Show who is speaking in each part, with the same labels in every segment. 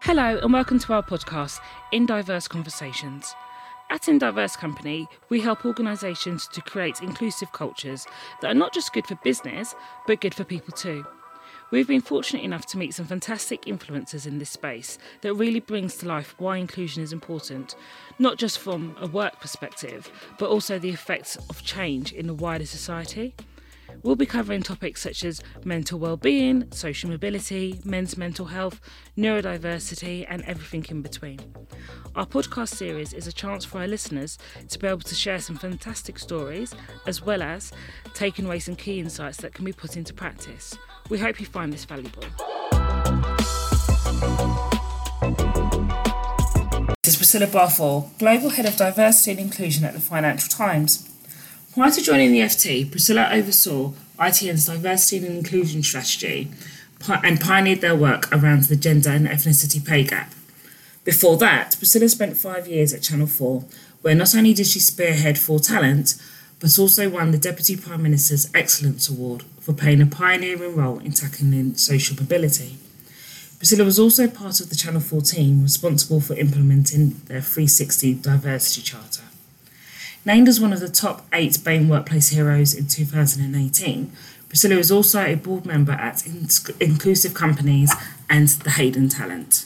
Speaker 1: Hello, and welcome to our podcast, In Diverse Conversations. At In Diverse Company, we help organisations to create inclusive cultures that are not just good for business, but good for people too. We've been fortunate enough to meet some fantastic influencers in this space that really brings to life why inclusion is important, not just from a work perspective, but also the effects of change in the wider society. We'll be covering topics such as mental well-being, social mobility, men's mental health, neurodiversity, and everything in between. Our podcast series is a chance for our listeners to be able to share some fantastic stories, as well as taking away some key insights that can be put into practice. We hope you find this valuable. This is Priscilla Barthol, Global Head of Diversity and Inclusion at the Financial Times. Prior to joining the FT, Priscilla oversaw ITN's diversity and inclusion strategy pi- and pioneered their work around the gender and ethnicity pay gap. Before that, Priscilla spent five years at Channel 4, where not only did she spearhead For Talent, but also won the Deputy Prime Minister's Excellence Award for playing a pioneering role in tackling social mobility. Priscilla was also part of the Channel 4 team responsible for implementing their 360 Diversity Charter. Named as one of the top eight Bain Workplace Heroes in 2018, Priscilla is also a board member at Ins- Inclusive Companies and the Hayden Talent.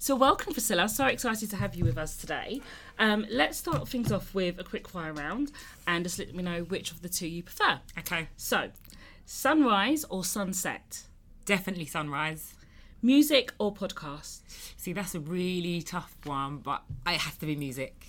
Speaker 1: So, welcome, Priscilla. So excited to have you with us today. Um, let's start things off with a quick fire round and just let me know which of the two you prefer.
Speaker 2: Okay.
Speaker 1: So, sunrise or sunset?
Speaker 2: Definitely sunrise.
Speaker 1: Music or podcast?
Speaker 2: See, that's a really tough one, but it has to be music.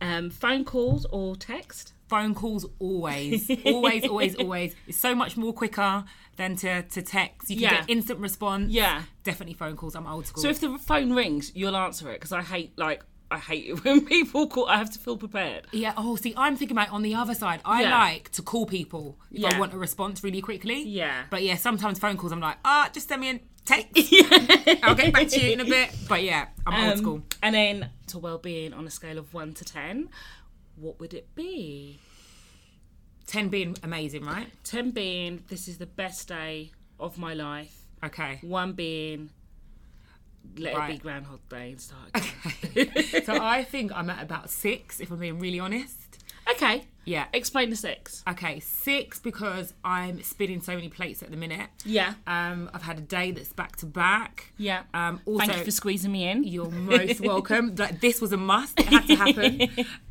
Speaker 1: Um, phone calls or text?
Speaker 2: Phone calls always, always, always, always. It's so much more quicker than to, to text. You can
Speaker 1: Yeah.
Speaker 2: get instant response.
Speaker 1: Yeah.
Speaker 2: Definitely phone calls. I'm old school.
Speaker 1: So if the phone rings, you'll answer it because I hate like I hate it when people call. I have to feel prepared.
Speaker 2: yeah. Oh, see, I'm thinking about on the other side. I
Speaker 1: Yeah.
Speaker 2: like to call people if
Speaker 1: Yeah.
Speaker 2: I want a response really quickly.
Speaker 1: Yeah.
Speaker 2: But yeah, sometimes phone calls, I'm like, ah, just send me a text. I'll get back to you in a bit. But yeah, I'm old
Speaker 1: Um,
Speaker 2: school.
Speaker 1: And then to well-being on a scale of one to ten, what would it be?
Speaker 2: 10 being amazing, right?
Speaker 1: Ten being this is the best day of my life.
Speaker 2: Okay.
Speaker 1: One being let it be
Speaker 2: Right.
Speaker 1: Groundhog Day and start. Again.
Speaker 2: so I think I'm at about six, if I'm being really honest.
Speaker 1: okay.
Speaker 2: Yeah.
Speaker 1: Explain the six.
Speaker 2: Okay, six because I'm spinning so many plates at the minute.
Speaker 1: Yeah.
Speaker 2: Um, I've had a day that's back to back.
Speaker 1: Yeah.
Speaker 2: Um, also,
Speaker 1: Thank you for squeezing me in.
Speaker 2: you're most welcome. Like, this was a must. It had to happen.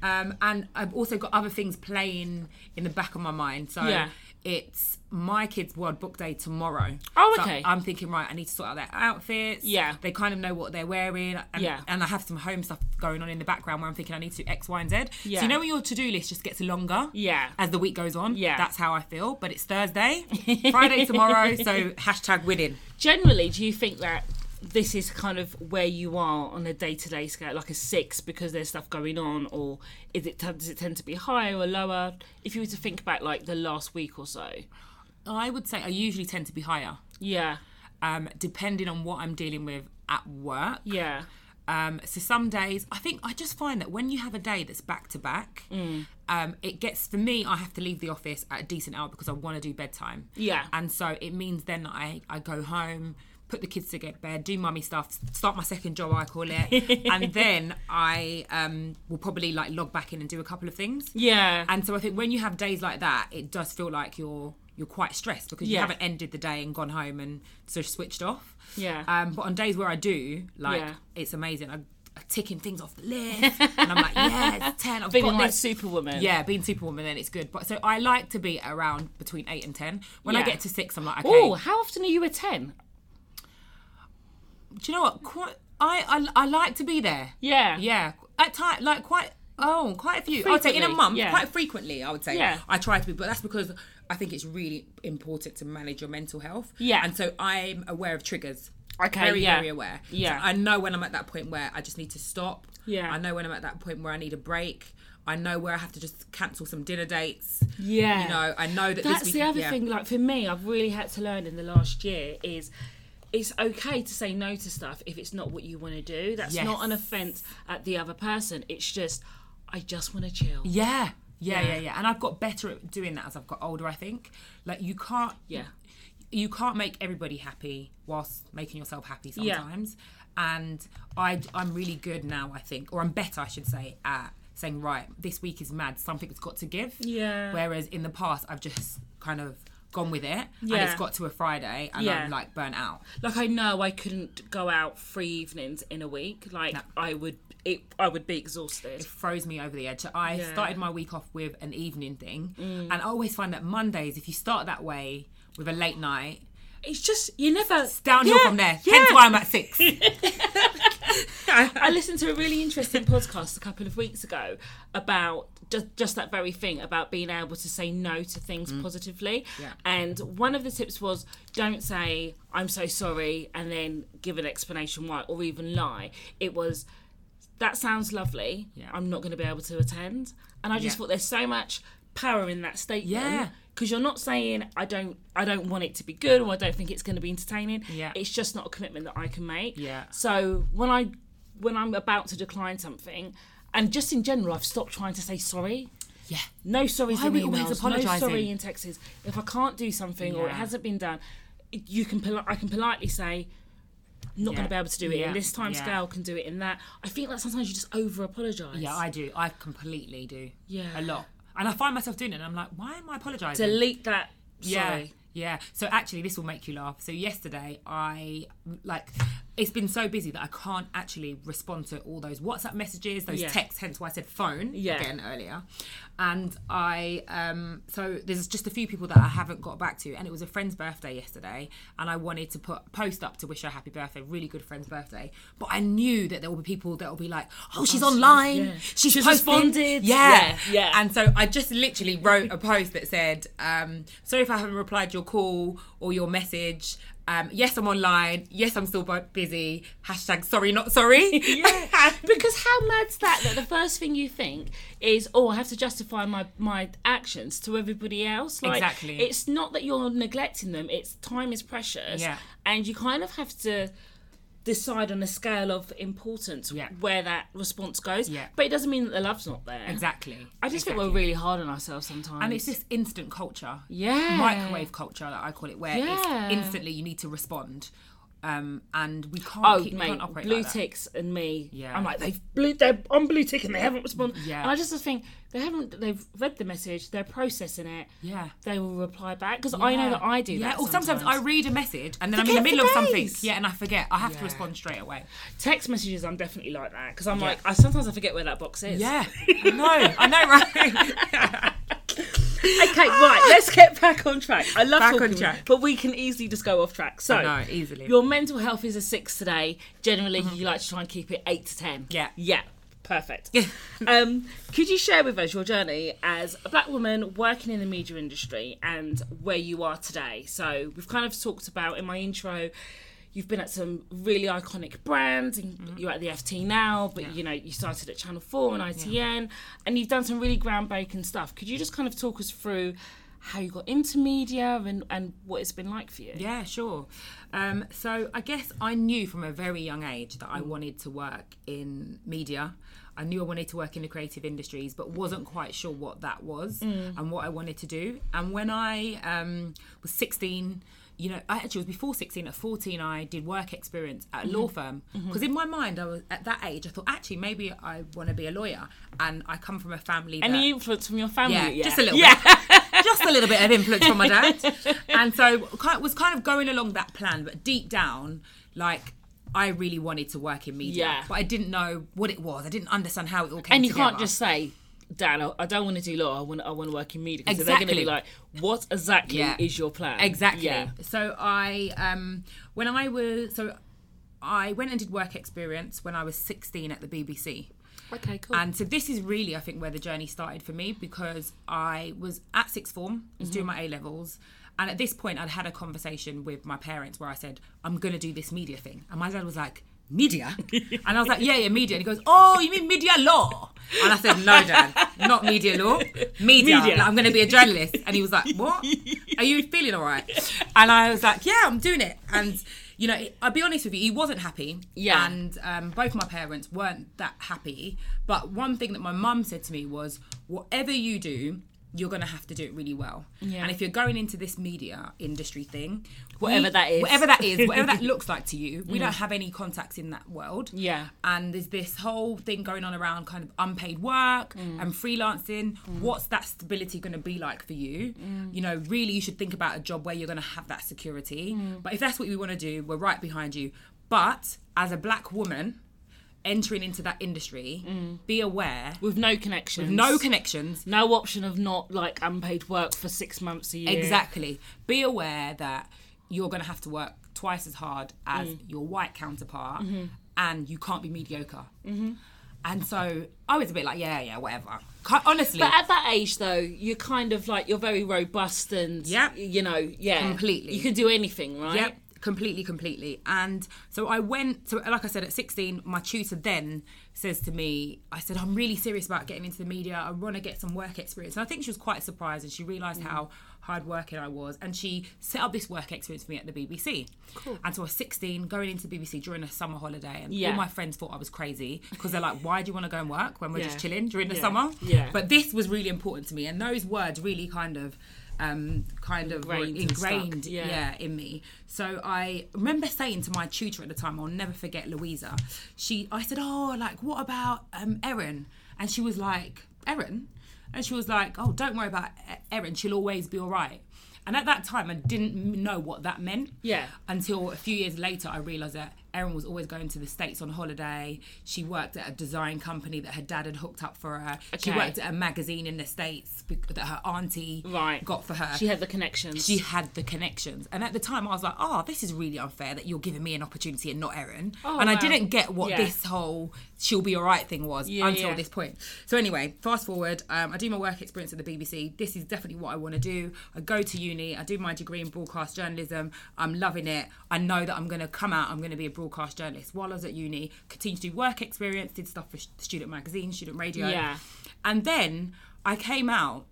Speaker 2: um, and I've also got other things playing in the back of my mind. So
Speaker 1: Yeah.
Speaker 2: it's my kids' World Book Day tomorrow.
Speaker 1: Oh,
Speaker 2: So
Speaker 1: okay.
Speaker 2: I'm thinking, right, I need to sort out their outfits.
Speaker 1: Yeah.
Speaker 2: They kind of know what they're wearing. And,
Speaker 1: Yeah.
Speaker 2: And I have some home stuff going on in the background where I'm thinking I need to X, Y, and Z.
Speaker 1: Yeah.
Speaker 2: So you know when your to do list just gets longer?
Speaker 1: Yeah.
Speaker 2: As the week goes on.
Speaker 1: Yeah.
Speaker 2: That's how I feel. But it's Thursday, Friday tomorrow. So hashtag winning.
Speaker 1: generally do you think that this is kind of where you are on a day-to-day scale like a six because there's stuff going on or is it does it tend to be higher or lower if you were to think back like the last week or so
Speaker 2: I would say I usually tend to be higher.
Speaker 1: yeah
Speaker 2: um, depending on what I'm dealing with at work.
Speaker 1: yeah
Speaker 2: Um, so some days, I think I just find that when you have a day that's back to back,
Speaker 1: Mm.
Speaker 2: um, it gets for me. I have to leave the office at a decent hour because I want to do bedtime.
Speaker 1: Yeah.
Speaker 2: and so it means then I I go home. Put the kids to get bed, do mummy stuff, start my second job, I call it, and then I um, will probably like log back in and do a couple of things.
Speaker 1: yeah
Speaker 2: And so I think when you have days like that, it does feel like you're you're quite stressed because you
Speaker 1: Yeah.
Speaker 2: haven't ended the day and gone home and sort of switched off.
Speaker 1: Yeah.
Speaker 2: Um, but on days where I do, like
Speaker 1: Yeah.
Speaker 2: it's amazing. I'm ticking things off the list, and I'm like, yeah, it's ten. I've
Speaker 1: feeling
Speaker 2: got
Speaker 1: like
Speaker 2: this.
Speaker 1: superwoman
Speaker 2: Yeah, being superwoman, then it's good. But so I like to be around between eight and ten. When I
Speaker 1: Yeah.
Speaker 2: get to six, I'm like, okay.
Speaker 1: oh how often are you a 10
Speaker 2: Do you know what? Quite, I, I I like to be there.
Speaker 1: yeah
Speaker 2: Yeah, at time like quite. Oh, quite a few. I'd say in a
Speaker 1: Frequently,
Speaker 2: month,
Speaker 1: yeah.
Speaker 2: quite frequently. I would say.
Speaker 1: Yeah.
Speaker 2: I try to be, but that's because I think it's really important to manage your mental health.
Speaker 1: Yeah.
Speaker 2: And so I'm aware of triggers.
Speaker 1: Okay,
Speaker 2: Very,
Speaker 1: yeah.
Speaker 2: very aware. So
Speaker 1: Yeah.
Speaker 2: I know when I'm at that point where I just need to stop.
Speaker 1: Yeah.
Speaker 2: I know when I'm at that point where I need a break. I know where I have to just cancel some dinner dates.
Speaker 1: Yeah.
Speaker 2: You know, I know that
Speaker 1: That's
Speaker 2: this week,
Speaker 1: the other
Speaker 2: yeah.
Speaker 1: thing. Like for me, I've really had to learn in the last year is it's okay to say no to stuff if it's not what you want to do. That's
Speaker 2: Yes.
Speaker 1: not an offense at the other person. It's just I just want to chill.
Speaker 2: Yeah. Yeah, yeah,
Speaker 1: Yeah.
Speaker 2: yeah, And I've got better at doing that as I've got older, I think. Like you can't
Speaker 1: Yeah.
Speaker 2: you can't make everybody happy whilst making yourself happy
Speaker 1: Yeah.
Speaker 2: sometimes. And I I'm really good now, I think, or I'm better I should say, at saying, right, this week is mad, something's got to give.
Speaker 1: Yeah.
Speaker 2: Whereas in the past I've just kind of gone with it and
Speaker 1: Yeah.
Speaker 2: it's got to a Friday and
Speaker 1: Yeah.
Speaker 2: I'm like burnt out.
Speaker 1: Like I know I couldn't go out three evenings in a week. Like I would, it I would be exhausted.
Speaker 2: froze me over the edge. So I
Speaker 1: Yeah. Mm.
Speaker 2: started my week off with an evening thing, and I always find that Mondays, if you start that way with a late night,
Speaker 1: It's just you never
Speaker 2: downhill
Speaker 1: Yeah,
Speaker 2: from there.
Speaker 1: yeah.
Speaker 2: Hence why I'm at six.
Speaker 1: I listened to a really interesting podcast a couple of weeks ago about just, just that very thing about being able to say no to things positively.
Speaker 2: Mm. Yeah.
Speaker 1: And one of the tips was don't say, I'm so sorry, and then give an explanation why, or even lie. It was, that sounds lovely.
Speaker 2: Yeah.
Speaker 1: I'm not going to be able to attend. And I just
Speaker 2: Yeah.
Speaker 1: thought there's so much power in that statement.
Speaker 2: Yeah.
Speaker 1: Because you're not saying I don't, I don't want it to be good, or I don't think it's going to be entertaining.
Speaker 2: Yeah.
Speaker 1: It's just not a commitment that I can make.
Speaker 2: Yeah.
Speaker 1: So when I when I'm about to decline something, and just in general, I've stopped trying to say sorry.
Speaker 2: yeah.
Speaker 1: No sorries
Speaker 2: Why
Speaker 1: in
Speaker 2: are we
Speaker 1: emails.
Speaker 2: always
Speaker 1: No sorry
Speaker 2: apologising?
Speaker 1: in texts. If I can't do something or it
Speaker 2: Yeah.
Speaker 1: hasn't been done, it- you can poli- I can politely say. Not going
Speaker 2: Yeah.
Speaker 1: to be able to do it in
Speaker 2: Yeah.
Speaker 1: this time
Speaker 2: Yeah.
Speaker 1: scale. Can do it in that. I think that sometimes you just over apologise.
Speaker 2: Yeah, I do. I completely do.
Speaker 1: Yeah.
Speaker 2: A lot. And I find myself doing it, and I'm like, why am I apologising?
Speaker 1: delete that. Sorry.
Speaker 2: Yeah, yeah. So actually, this will make you laugh. So yesterday, I like it's been so busy that I can't actually respond to all those WhatsApp messages, those
Speaker 1: Yeah.
Speaker 2: texts. Hence why I said phone
Speaker 1: Yeah.
Speaker 2: again earlier. And I um so there's just a few people that I haven't got back to, and it was a friend's birthday yesterday, and I wanted to put post up to wish her happy birthday, really good friend's birthday. But I knew that there will be people that will be like, oh, she's online,
Speaker 1: yeah.
Speaker 2: she's,
Speaker 1: She's
Speaker 2: posting.
Speaker 1: responded.
Speaker 2: yeah,
Speaker 1: Yeah, yeah.
Speaker 2: And and so I just literally wrote a post that said, um, sorry if I haven't replied your call or your message. Um, yes, I'm online. Yes, I'm still bu- busy. Hashtag sorry, not sorry.
Speaker 1: Yeah, because how mad's that? That the first thing you think is, oh, I have to justify my my actions to everybody else. Like,
Speaker 2: Exactly.
Speaker 1: It's not that you're neglecting them. It's time is precious.
Speaker 2: Yeah.
Speaker 1: And you kind of have to decide on a scale of importance
Speaker 2: Yeah.
Speaker 1: where that response goes.
Speaker 2: Yeah.
Speaker 1: But it doesn't mean that the love's not there.
Speaker 2: exactly.
Speaker 1: I just think we're really hard on ourselves sometimes.
Speaker 2: And it's this instant culture.
Speaker 1: Yeah.
Speaker 2: Microwave culture that I call it, where
Speaker 1: Yeah.
Speaker 2: it's instantly you need to respond. Um, and we can't,
Speaker 1: Oh
Speaker 2: keep, we
Speaker 1: mate,
Speaker 2: can't operate
Speaker 1: blue
Speaker 2: like that.
Speaker 1: ticks and me.
Speaker 2: Yeah.
Speaker 1: I'm like they've blue, they're on blue tick and they haven't responded.
Speaker 2: Yeah.
Speaker 1: And I just think they haven't. They've read the message. They're processing it.
Speaker 2: Yeah.
Speaker 1: They will reply back because I know
Speaker 2: Yeah.
Speaker 1: that I do
Speaker 2: Yeah,
Speaker 1: that.
Speaker 2: or sometimes I read a message and then I'm in the
Speaker 1: Forget
Speaker 2: middle of
Speaker 1: for
Speaker 2: something.
Speaker 1: days.
Speaker 2: Yeah, and I forget. I have to
Speaker 1: Yeah.
Speaker 2: respond straight away.
Speaker 1: text messages. I'm definitely like that because I'm like I sometimes I forget where that box is.
Speaker 2: Yeah, I know. I know, right?
Speaker 1: okay, right. Let's get back on track. I love
Speaker 2: Back on
Speaker 1: talking,
Speaker 2: track.
Speaker 1: but we can easily just go off track. So
Speaker 2: I know, easily.
Speaker 1: Your mental health is a six today. Generally, you like to try and keep it eight to ten.
Speaker 2: Yeah.
Speaker 1: Mm-hmm. Yeah. Perfect. um, could you share with us your journey as a black woman working in the media industry and where you are today? So we've kind of talked about in my intro. You've been at some really iconic brands, and
Speaker 2: Mm-hmm.
Speaker 1: you're at the FT now, but you know you started at Channel Four and ITN, and you've done some really groundbreaking stuff. Could you just kind of talk us through how you got into media and and what it's been like for you?
Speaker 2: Yeah, sure. Um, so I guess I knew from a very young age that I wanted to work in media. I knew I wanted to work in the creative industries, but wasn't quite sure what that was and what I wanted to do. And when I um, was 16, you know, I actually was before 16, at 14, I did work experience at a law firm. Because in my mind, I was at that age, I thought, actually, maybe I want to be a lawyer. And I come from a family that.
Speaker 1: Any influence from your family?
Speaker 2: Yeah, just a little bit. just a little bit of influence from my dad. And so ki- was kind of going along that plan, but deep down, like I really wanted to work in media,
Speaker 1: Yeah.
Speaker 2: but I didn't know what it was. I didn't understand how it all came
Speaker 1: And you
Speaker 2: together.
Speaker 1: can't just say, Dan, I- I don't want to do law. I want, I want to work in media. Because they're going to be
Speaker 2: Exactly.
Speaker 1: like, what exactly
Speaker 2: Yeah.
Speaker 1: is your plan?
Speaker 2: Exactly.
Speaker 1: Yeah.
Speaker 2: So I um when I was so I went and did work experience when I was 16 at the BBC.
Speaker 1: Okay, cool.
Speaker 2: And so this is really, I think, where the journey started for me because I was at sixth form, was doing my A levels, and at this point, I'd had a conversation with my parents where I said, "I'm gonna do this media thing," and my dad was like. Media, and I was like, yeah, yeah, media. And he goes, oh, you mean media law? And I said, no, dad, not media law, media.
Speaker 1: Media.
Speaker 2: Like, I'm going to be a journalist. And he was like, what? Are you feeling all right? And I was like, yeah, I'm doing it. And you know, I'll be honest with you, he wasn't happy.
Speaker 1: Yeah.
Speaker 2: And um, both my parents weren't that happy. But one thing that my mum said to me was, whatever you do, you're going to have to do it really well.
Speaker 1: Yeah.
Speaker 2: And if you're going into this media industry thing,
Speaker 1: Whatever that is.
Speaker 2: whatever that is, whatever that looks like to you, we don't have any contacts in that world.
Speaker 1: Yeah.
Speaker 2: And there's this whole thing going on around kind of unpaid work and freelancing. What's that stability going to be like for you? You know, really, you should think about a job where you're going to have that security. But if that's what you want to do, we're right behind you. But as a black woman entering into that industry, be aware.
Speaker 1: with no connections,
Speaker 2: No connections,
Speaker 1: no option of not like unpaid work for six months a year.
Speaker 2: Exactly. Be aware that you're going to have to work twice as hard as your white counterpart and you can't be mediocre. And so I was a bit like, yeah, yeah, whatever. Ca- Honestly,
Speaker 1: But at that age, though, you're kind of like you're very robust and
Speaker 2: Yep.
Speaker 1: you know, yeah,
Speaker 2: Completely.
Speaker 1: You can do anything, right?
Speaker 2: Yep, completely, completely. And so I went. So like I said, at 16, my tutor then says to me, I said, I'm really serious about getting into the media. I want to get some work experience. And I think she was quite surprised, and she realised how hard working I was, and she set up this work experience for me at the BBC. Cool. And so I was 16, going into BBC during a summer holiday, and
Speaker 1: Yeah.
Speaker 2: all my friends thought I was crazy because they're like, Why do you want to go and work when we're just
Speaker 1: Yeah.
Speaker 2: chilling during the
Speaker 1: Yeah.
Speaker 2: summer?
Speaker 1: Yeah.
Speaker 2: But this was really important to me, and those words really kind of. Um, kind of were
Speaker 1: Ingrained and stuck.
Speaker 2: ingrained
Speaker 1: Yeah.
Speaker 2: yeah, in me. So I remember saying to my tutor at the time, I'll never forget Louisa. She, I said, oh, like what about um, Erin? And she was like, Erin, and she was like, oh, don't worry about E- Erin. She'll always be all right. And at that time, I didn't m- know what that meant.
Speaker 1: Yeah.
Speaker 2: Until a few years later, I realised that Erin was always going to the States on holiday. She worked at a design company that her dad had hooked up for her. She
Speaker 1: Okay.
Speaker 2: worked at a magazine in the States bec- that her auntie
Speaker 1: Right.
Speaker 2: got for her
Speaker 1: She had the connections.
Speaker 2: she had the connections. And at the time, I was like, oh, this is really unfair that you're giving me an opportunity and not Erin.
Speaker 1: Oh,
Speaker 2: and I
Speaker 1: wow.
Speaker 2: didn't get what
Speaker 1: Yeah.
Speaker 2: this whole she'll be all right thing was
Speaker 1: Yeah,
Speaker 2: until
Speaker 1: yeah.
Speaker 2: this point. So, anyway, fast forward, um, I do my work experience at the BBC. This is definitely what I want to do. I go to uni, I do my degree in broadcast journalism. I'm loving it. I know that I'm going to come out, I'm going to be a broadcast journalist. While I was at uni, continued to do work experience, did stuff for sh- student magazines, student radio.
Speaker 1: Yeah.
Speaker 2: And then I came out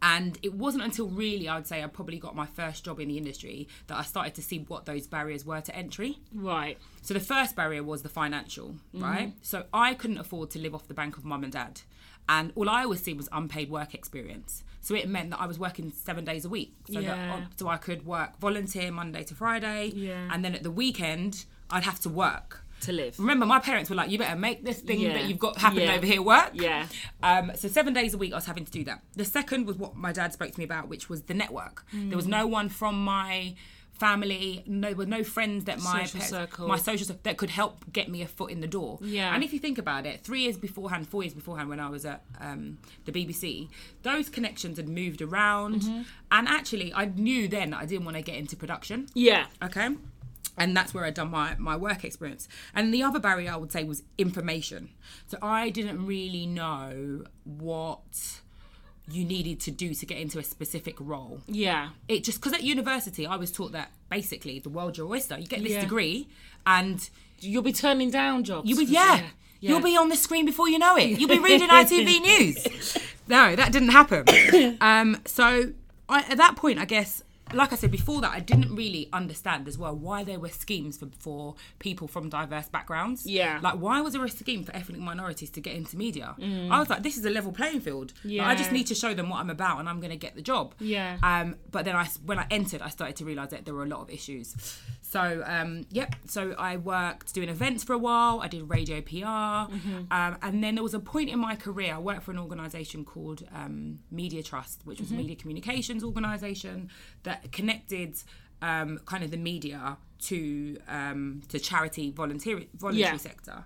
Speaker 2: and it wasn't until really, I would say, I probably got my first job in the industry that I started to see what those barriers were to entry.
Speaker 1: right.
Speaker 2: So the first barrier was the financial,
Speaker 1: Mm-hmm.
Speaker 2: right? So I couldn't afford to live off the bank of mum and dad. And all I always seen was unpaid work experience. So it meant that I was working seven days a week. So,
Speaker 1: Yeah.
Speaker 2: that, so I could work volunteer Monday to Friday.
Speaker 1: Yeah.
Speaker 2: And then at the weekend, I'd have to work.
Speaker 1: To live.
Speaker 2: Remember, my parents were like, you better make this thing
Speaker 1: Yeah.
Speaker 2: that you've got happening
Speaker 1: Yeah.
Speaker 2: over here work.
Speaker 1: Yeah.
Speaker 2: Um, so seven days a week, I was having to do that. The second was what my dad spoke to me about, which was the network. There was no one from my family, no, with no friends that my
Speaker 1: Social circle.
Speaker 2: my social cir- that could help get me a foot in the door.
Speaker 1: Yeah.
Speaker 2: And if you think about it, three years beforehand, four years beforehand, when I was at um, the BBC, those connections had moved around,
Speaker 1: Mm-hmm.
Speaker 2: and actually, I knew then that I didn't want to get into production
Speaker 1: Yeah.
Speaker 2: okay and that's where i'd done my, my work experience and the other barrier i would say was information so i didn't really know what you needed to do to get into a specific role
Speaker 1: Yeah.
Speaker 2: it just because at university i was taught that basically the world your oyster you get this
Speaker 1: Yeah.
Speaker 2: degree and
Speaker 1: You'll be turning down jobs.
Speaker 2: you would
Speaker 1: for-
Speaker 2: yeah,
Speaker 1: Yeah.
Speaker 2: you'll be on the screen before you know it you'll be reading itv news no that didn't happen um so I, at that point i guess like i said before that i didn't really understand as well why there were schemes for, for people from diverse backgrounds
Speaker 1: Yeah.
Speaker 2: like why was there a scheme for ethnic minorities to get into media i was like this is a level playing field Like, i just
Speaker 1: Yeah.
Speaker 2: need to show them what i'm about and i'm going to get the job
Speaker 1: Yeah.
Speaker 2: um, but then I, s- when I entered, I started to realise that there were a lot of issues. So, um, yep. So I worked doing events for a while. I did radio PR,
Speaker 1: Mm-hmm.
Speaker 2: um, and then there was a point in my career. I worked for an organisation called um, Media Trust, which
Speaker 1: Mm-hmm.
Speaker 2: was a media communications organisation that connected um, kind of the media to um, to charity volunteer voluntary
Speaker 1: Yeah.
Speaker 2: sector.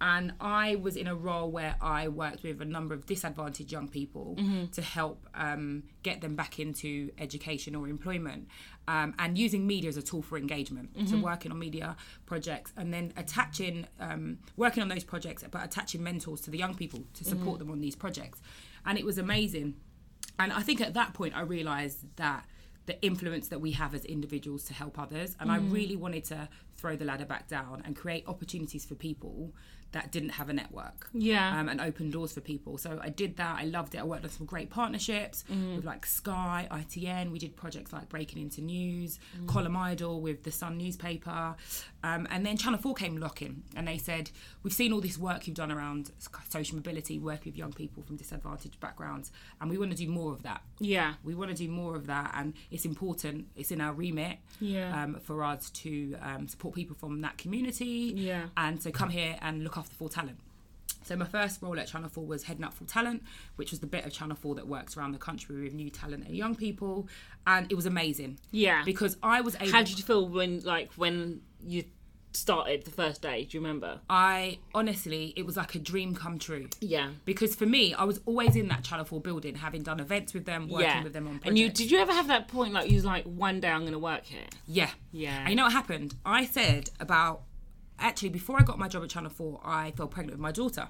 Speaker 2: And I was in a role where I worked with a number of disadvantaged young people to help um, get them back into education or employment um, and using media as a tool for engagement. So, working on media projects and then attaching, um, working on those projects, but attaching mentors to the young people to support them on these projects. And it was amazing. And I think at that point, I realized that the influence that we have as individuals to help others. And I really wanted to throw the ladder back down and create opportunities for people that didn't have a network
Speaker 1: Yeah.
Speaker 2: um, and open doors for people. So I did that. I loved it. I worked on some great partnerships with like Sky, ITN. We did projects like Breaking Into News, Column Idol with the Sun newspaper. Um, and then Channel 4 came locking and they said, We've seen all this work you've done around s- social mobility, working with young people from disadvantaged backgrounds, and we want to do more of that.
Speaker 1: yeah.
Speaker 2: We want to do more of that, and it's important. It's in our remit
Speaker 1: Yeah.
Speaker 2: um, for us to um, support people from that community.
Speaker 1: Yeah.
Speaker 2: And so come here and look after full talent. So my first role at Channel 4 was heading up full talent, which was the bit of Channel 4 that works around the country with new talent and young people, and it was amazing.
Speaker 1: Yeah.
Speaker 2: Because I was able.
Speaker 1: How did you feel when, like, when you started the first day? Do you remember?
Speaker 2: I honestly, it was like a dream come true.
Speaker 1: Yeah.
Speaker 2: Because for me, I was always in that Channel 4 building, having done events with them, working
Speaker 1: yeah.
Speaker 2: with them on projects.
Speaker 1: and you did you ever have that point like you was like one day I'm gonna work here?
Speaker 2: Yeah.
Speaker 1: Yeah.
Speaker 2: And you know what happened? I said about actually before I got my job at Channel Four, I fell pregnant with my daughter.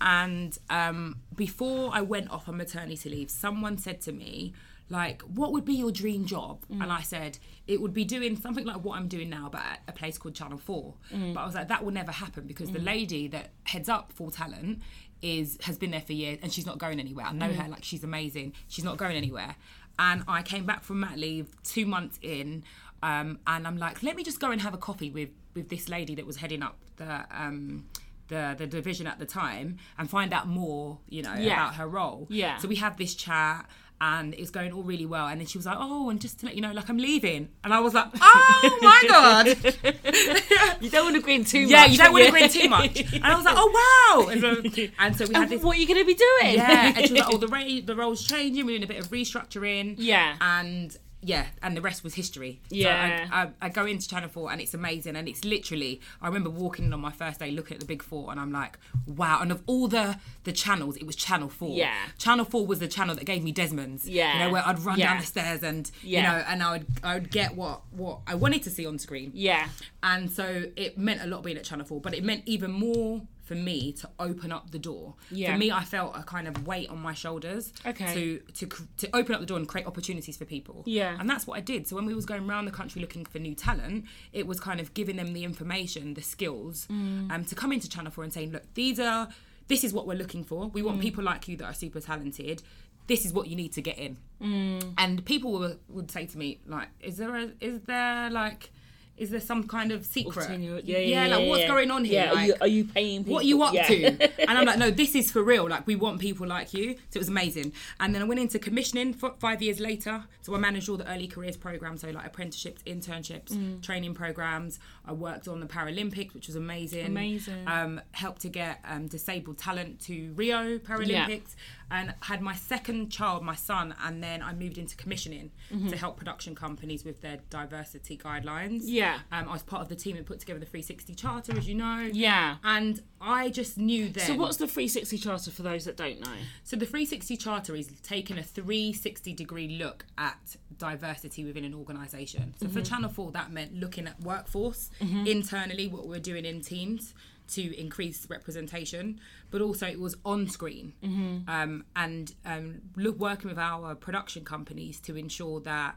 Speaker 2: And um, before I went off on maternity leave, someone said to me, like, what would be your dream job? And I said, it would be doing something like what I'm doing now, but at a place called Channel 4. But I was like, that will never happen because the lady that heads up Full Talent is has been there for years and she's not going anywhere. I know her, like, she's amazing. She's not going anywhere and I came back from mat leave two months in, um, and I'm like, let me just go and have a coffee with with this lady that was heading up the um, the the division at the time and find out more, you know,
Speaker 1: Yeah.
Speaker 2: about her role.
Speaker 1: Yeah.
Speaker 2: So we had this chat. And it's going all really well, and then she was like, "Oh, and just to let you know, like I'm leaving," and I was like, "Oh my god!"
Speaker 1: You don't want to grin too much.
Speaker 2: yeah, you don't want to
Speaker 1: but
Speaker 2: grin too much. And I was like, "Oh wow!" And so, and so we had
Speaker 1: yeah.
Speaker 2: this
Speaker 1: What are you gonna be doing?
Speaker 2: yeah, and she was like, "Oh, the ra- the role's changing. We're doing a bit of restructuring."
Speaker 1: Yeah.
Speaker 2: and yeah, and the rest was history. So
Speaker 1: Yeah.
Speaker 2: I, I, I go into Channel Four and it's amazing, and it's literally. I remember walking in on my first day, looking at the Big Four, and I'm like, "Wow!" And of all the the channels, it was Channel Four.
Speaker 1: Yeah.
Speaker 2: Channel Four was the channel that gave me Desmond's.
Speaker 1: Yeah.
Speaker 2: you know where I'd run
Speaker 1: Yeah.
Speaker 2: down the stairs and you
Speaker 1: Yeah.
Speaker 2: know, and I would I would get what what I wanted to see on screen.
Speaker 1: yeah.
Speaker 2: And so it meant a lot being at Channel 4, but it meant even more for me to open up the door.
Speaker 1: Yeah.
Speaker 2: For me, I felt a kind of weight on my shoulders
Speaker 1: Okay.
Speaker 2: to, to cr- to open up the door and create opportunities for people.
Speaker 1: Yeah.
Speaker 2: And that's what I did. So when we was going around the country looking for new talent, it was kind of giving them the information, the skills,
Speaker 1: Mm.
Speaker 2: um, to come into Channel 4 and saying, look, these are, this is what we're looking for. We
Speaker 1: Mm.
Speaker 2: want people like you that are super talented. This is what you need to get in and people were, would say to me like is there a, is there like is there some kind of secret
Speaker 1: Yeah,
Speaker 2: like what's
Speaker 1: yeah.
Speaker 2: going on here
Speaker 1: Yeah,
Speaker 2: like,
Speaker 1: are, you, are you paying people?
Speaker 2: what are you up
Speaker 1: Yeah.
Speaker 2: to and i'm like no this is for real like we want people like you so it was amazing and then i went into commissioning for five years later so i managed all the early careers programs so like apprenticeships internships
Speaker 1: Mm.
Speaker 2: training programs i worked on the paralympics which was amazing
Speaker 1: Amazing.
Speaker 2: um helped to get um, disabled talent to rio paralympics and had my second child, my son, and then I moved into commissioning
Speaker 1: Mm-hmm.
Speaker 2: to help production companies with their diversity guidelines.
Speaker 1: Yeah.
Speaker 2: Um, I was part of the team that put together the 360 Charter, as you know.
Speaker 1: Yeah.
Speaker 2: And I just knew then.
Speaker 1: So what's the 360 charter for those that don't know?
Speaker 2: So the 360 Charter is taking a 360 degree look at diversity within an organisation. So
Speaker 1: Mm-hmm.
Speaker 2: for Channel 4, that meant looking at workforce internally, what we're doing in teams to increase representation, but also it was on screen
Speaker 1: Mm-hmm.
Speaker 2: um, and um, look, working with our production companies to ensure that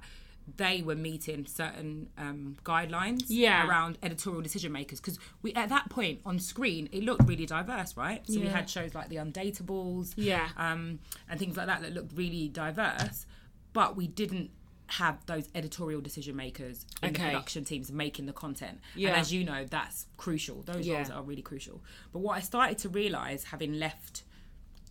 Speaker 2: they were meeting certain um, guidelines
Speaker 1: Yeah.
Speaker 2: around editorial decision makers because we at that point on screen it looked really diverse right so we
Speaker 1: Yeah.
Speaker 2: had shows like the undateables
Speaker 1: Yeah.
Speaker 2: um, and things like that that looked really diverse, but we didn't have those editorial decision makers in
Speaker 1: Okay.
Speaker 2: the production teams making the content.
Speaker 1: Yeah.
Speaker 2: And as you know, that's crucial. Those
Speaker 1: Yeah.
Speaker 2: roles are really crucial. But what I started to realise, having left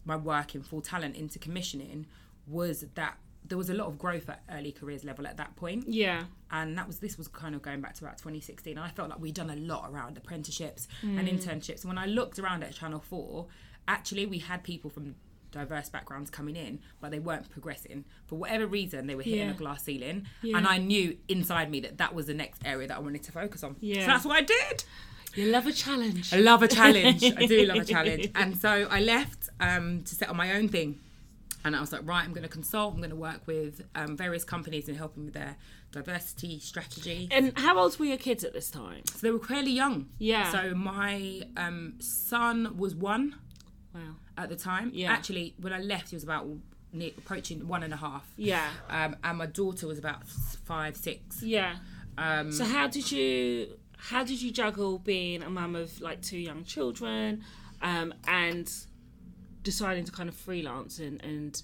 Speaker 2: my work in full talent into commissioning, was that there was a lot of growth at early careers level at that point
Speaker 1: Yeah.
Speaker 2: and that was this was kind of going back to about 2016 and i felt like we'd done a lot around apprenticeships and
Speaker 1: Mm.
Speaker 2: internships when i looked around at channel 4 actually we had people from diverse backgrounds coming in but they weren't progressing for whatever reason they were hitting
Speaker 1: Yeah.
Speaker 2: a glass ceiling
Speaker 1: Yeah.
Speaker 2: and i knew inside me that that was the next area that i wanted to focus on
Speaker 1: Yeah.
Speaker 2: so that's what i did
Speaker 1: You love a challenge.
Speaker 2: I love a challenge. I do love a challenge. And so I left um, to set up my own thing. And I was like, right, I'm going to consult. I'm going to work with um, various companies and helping with their diversity strategy.
Speaker 1: And how old were your kids at this time?
Speaker 2: So they were fairly young.
Speaker 1: Yeah.
Speaker 2: So my um, son was one
Speaker 1: Wow.
Speaker 2: at the time.
Speaker 1: Yeah.
Speaker 2: Actually, when I left, he was about ne approaching one and a half.
Speaker 1: Yeah.
Speaker 2: Um, and my daughter was about s- five, six.
Speaker 1: Yeah.
Speaker 2: Um,
Speaker 1: So how did you How did you juggle being a mum of like two young children, um, and deciding to kind of freelance and and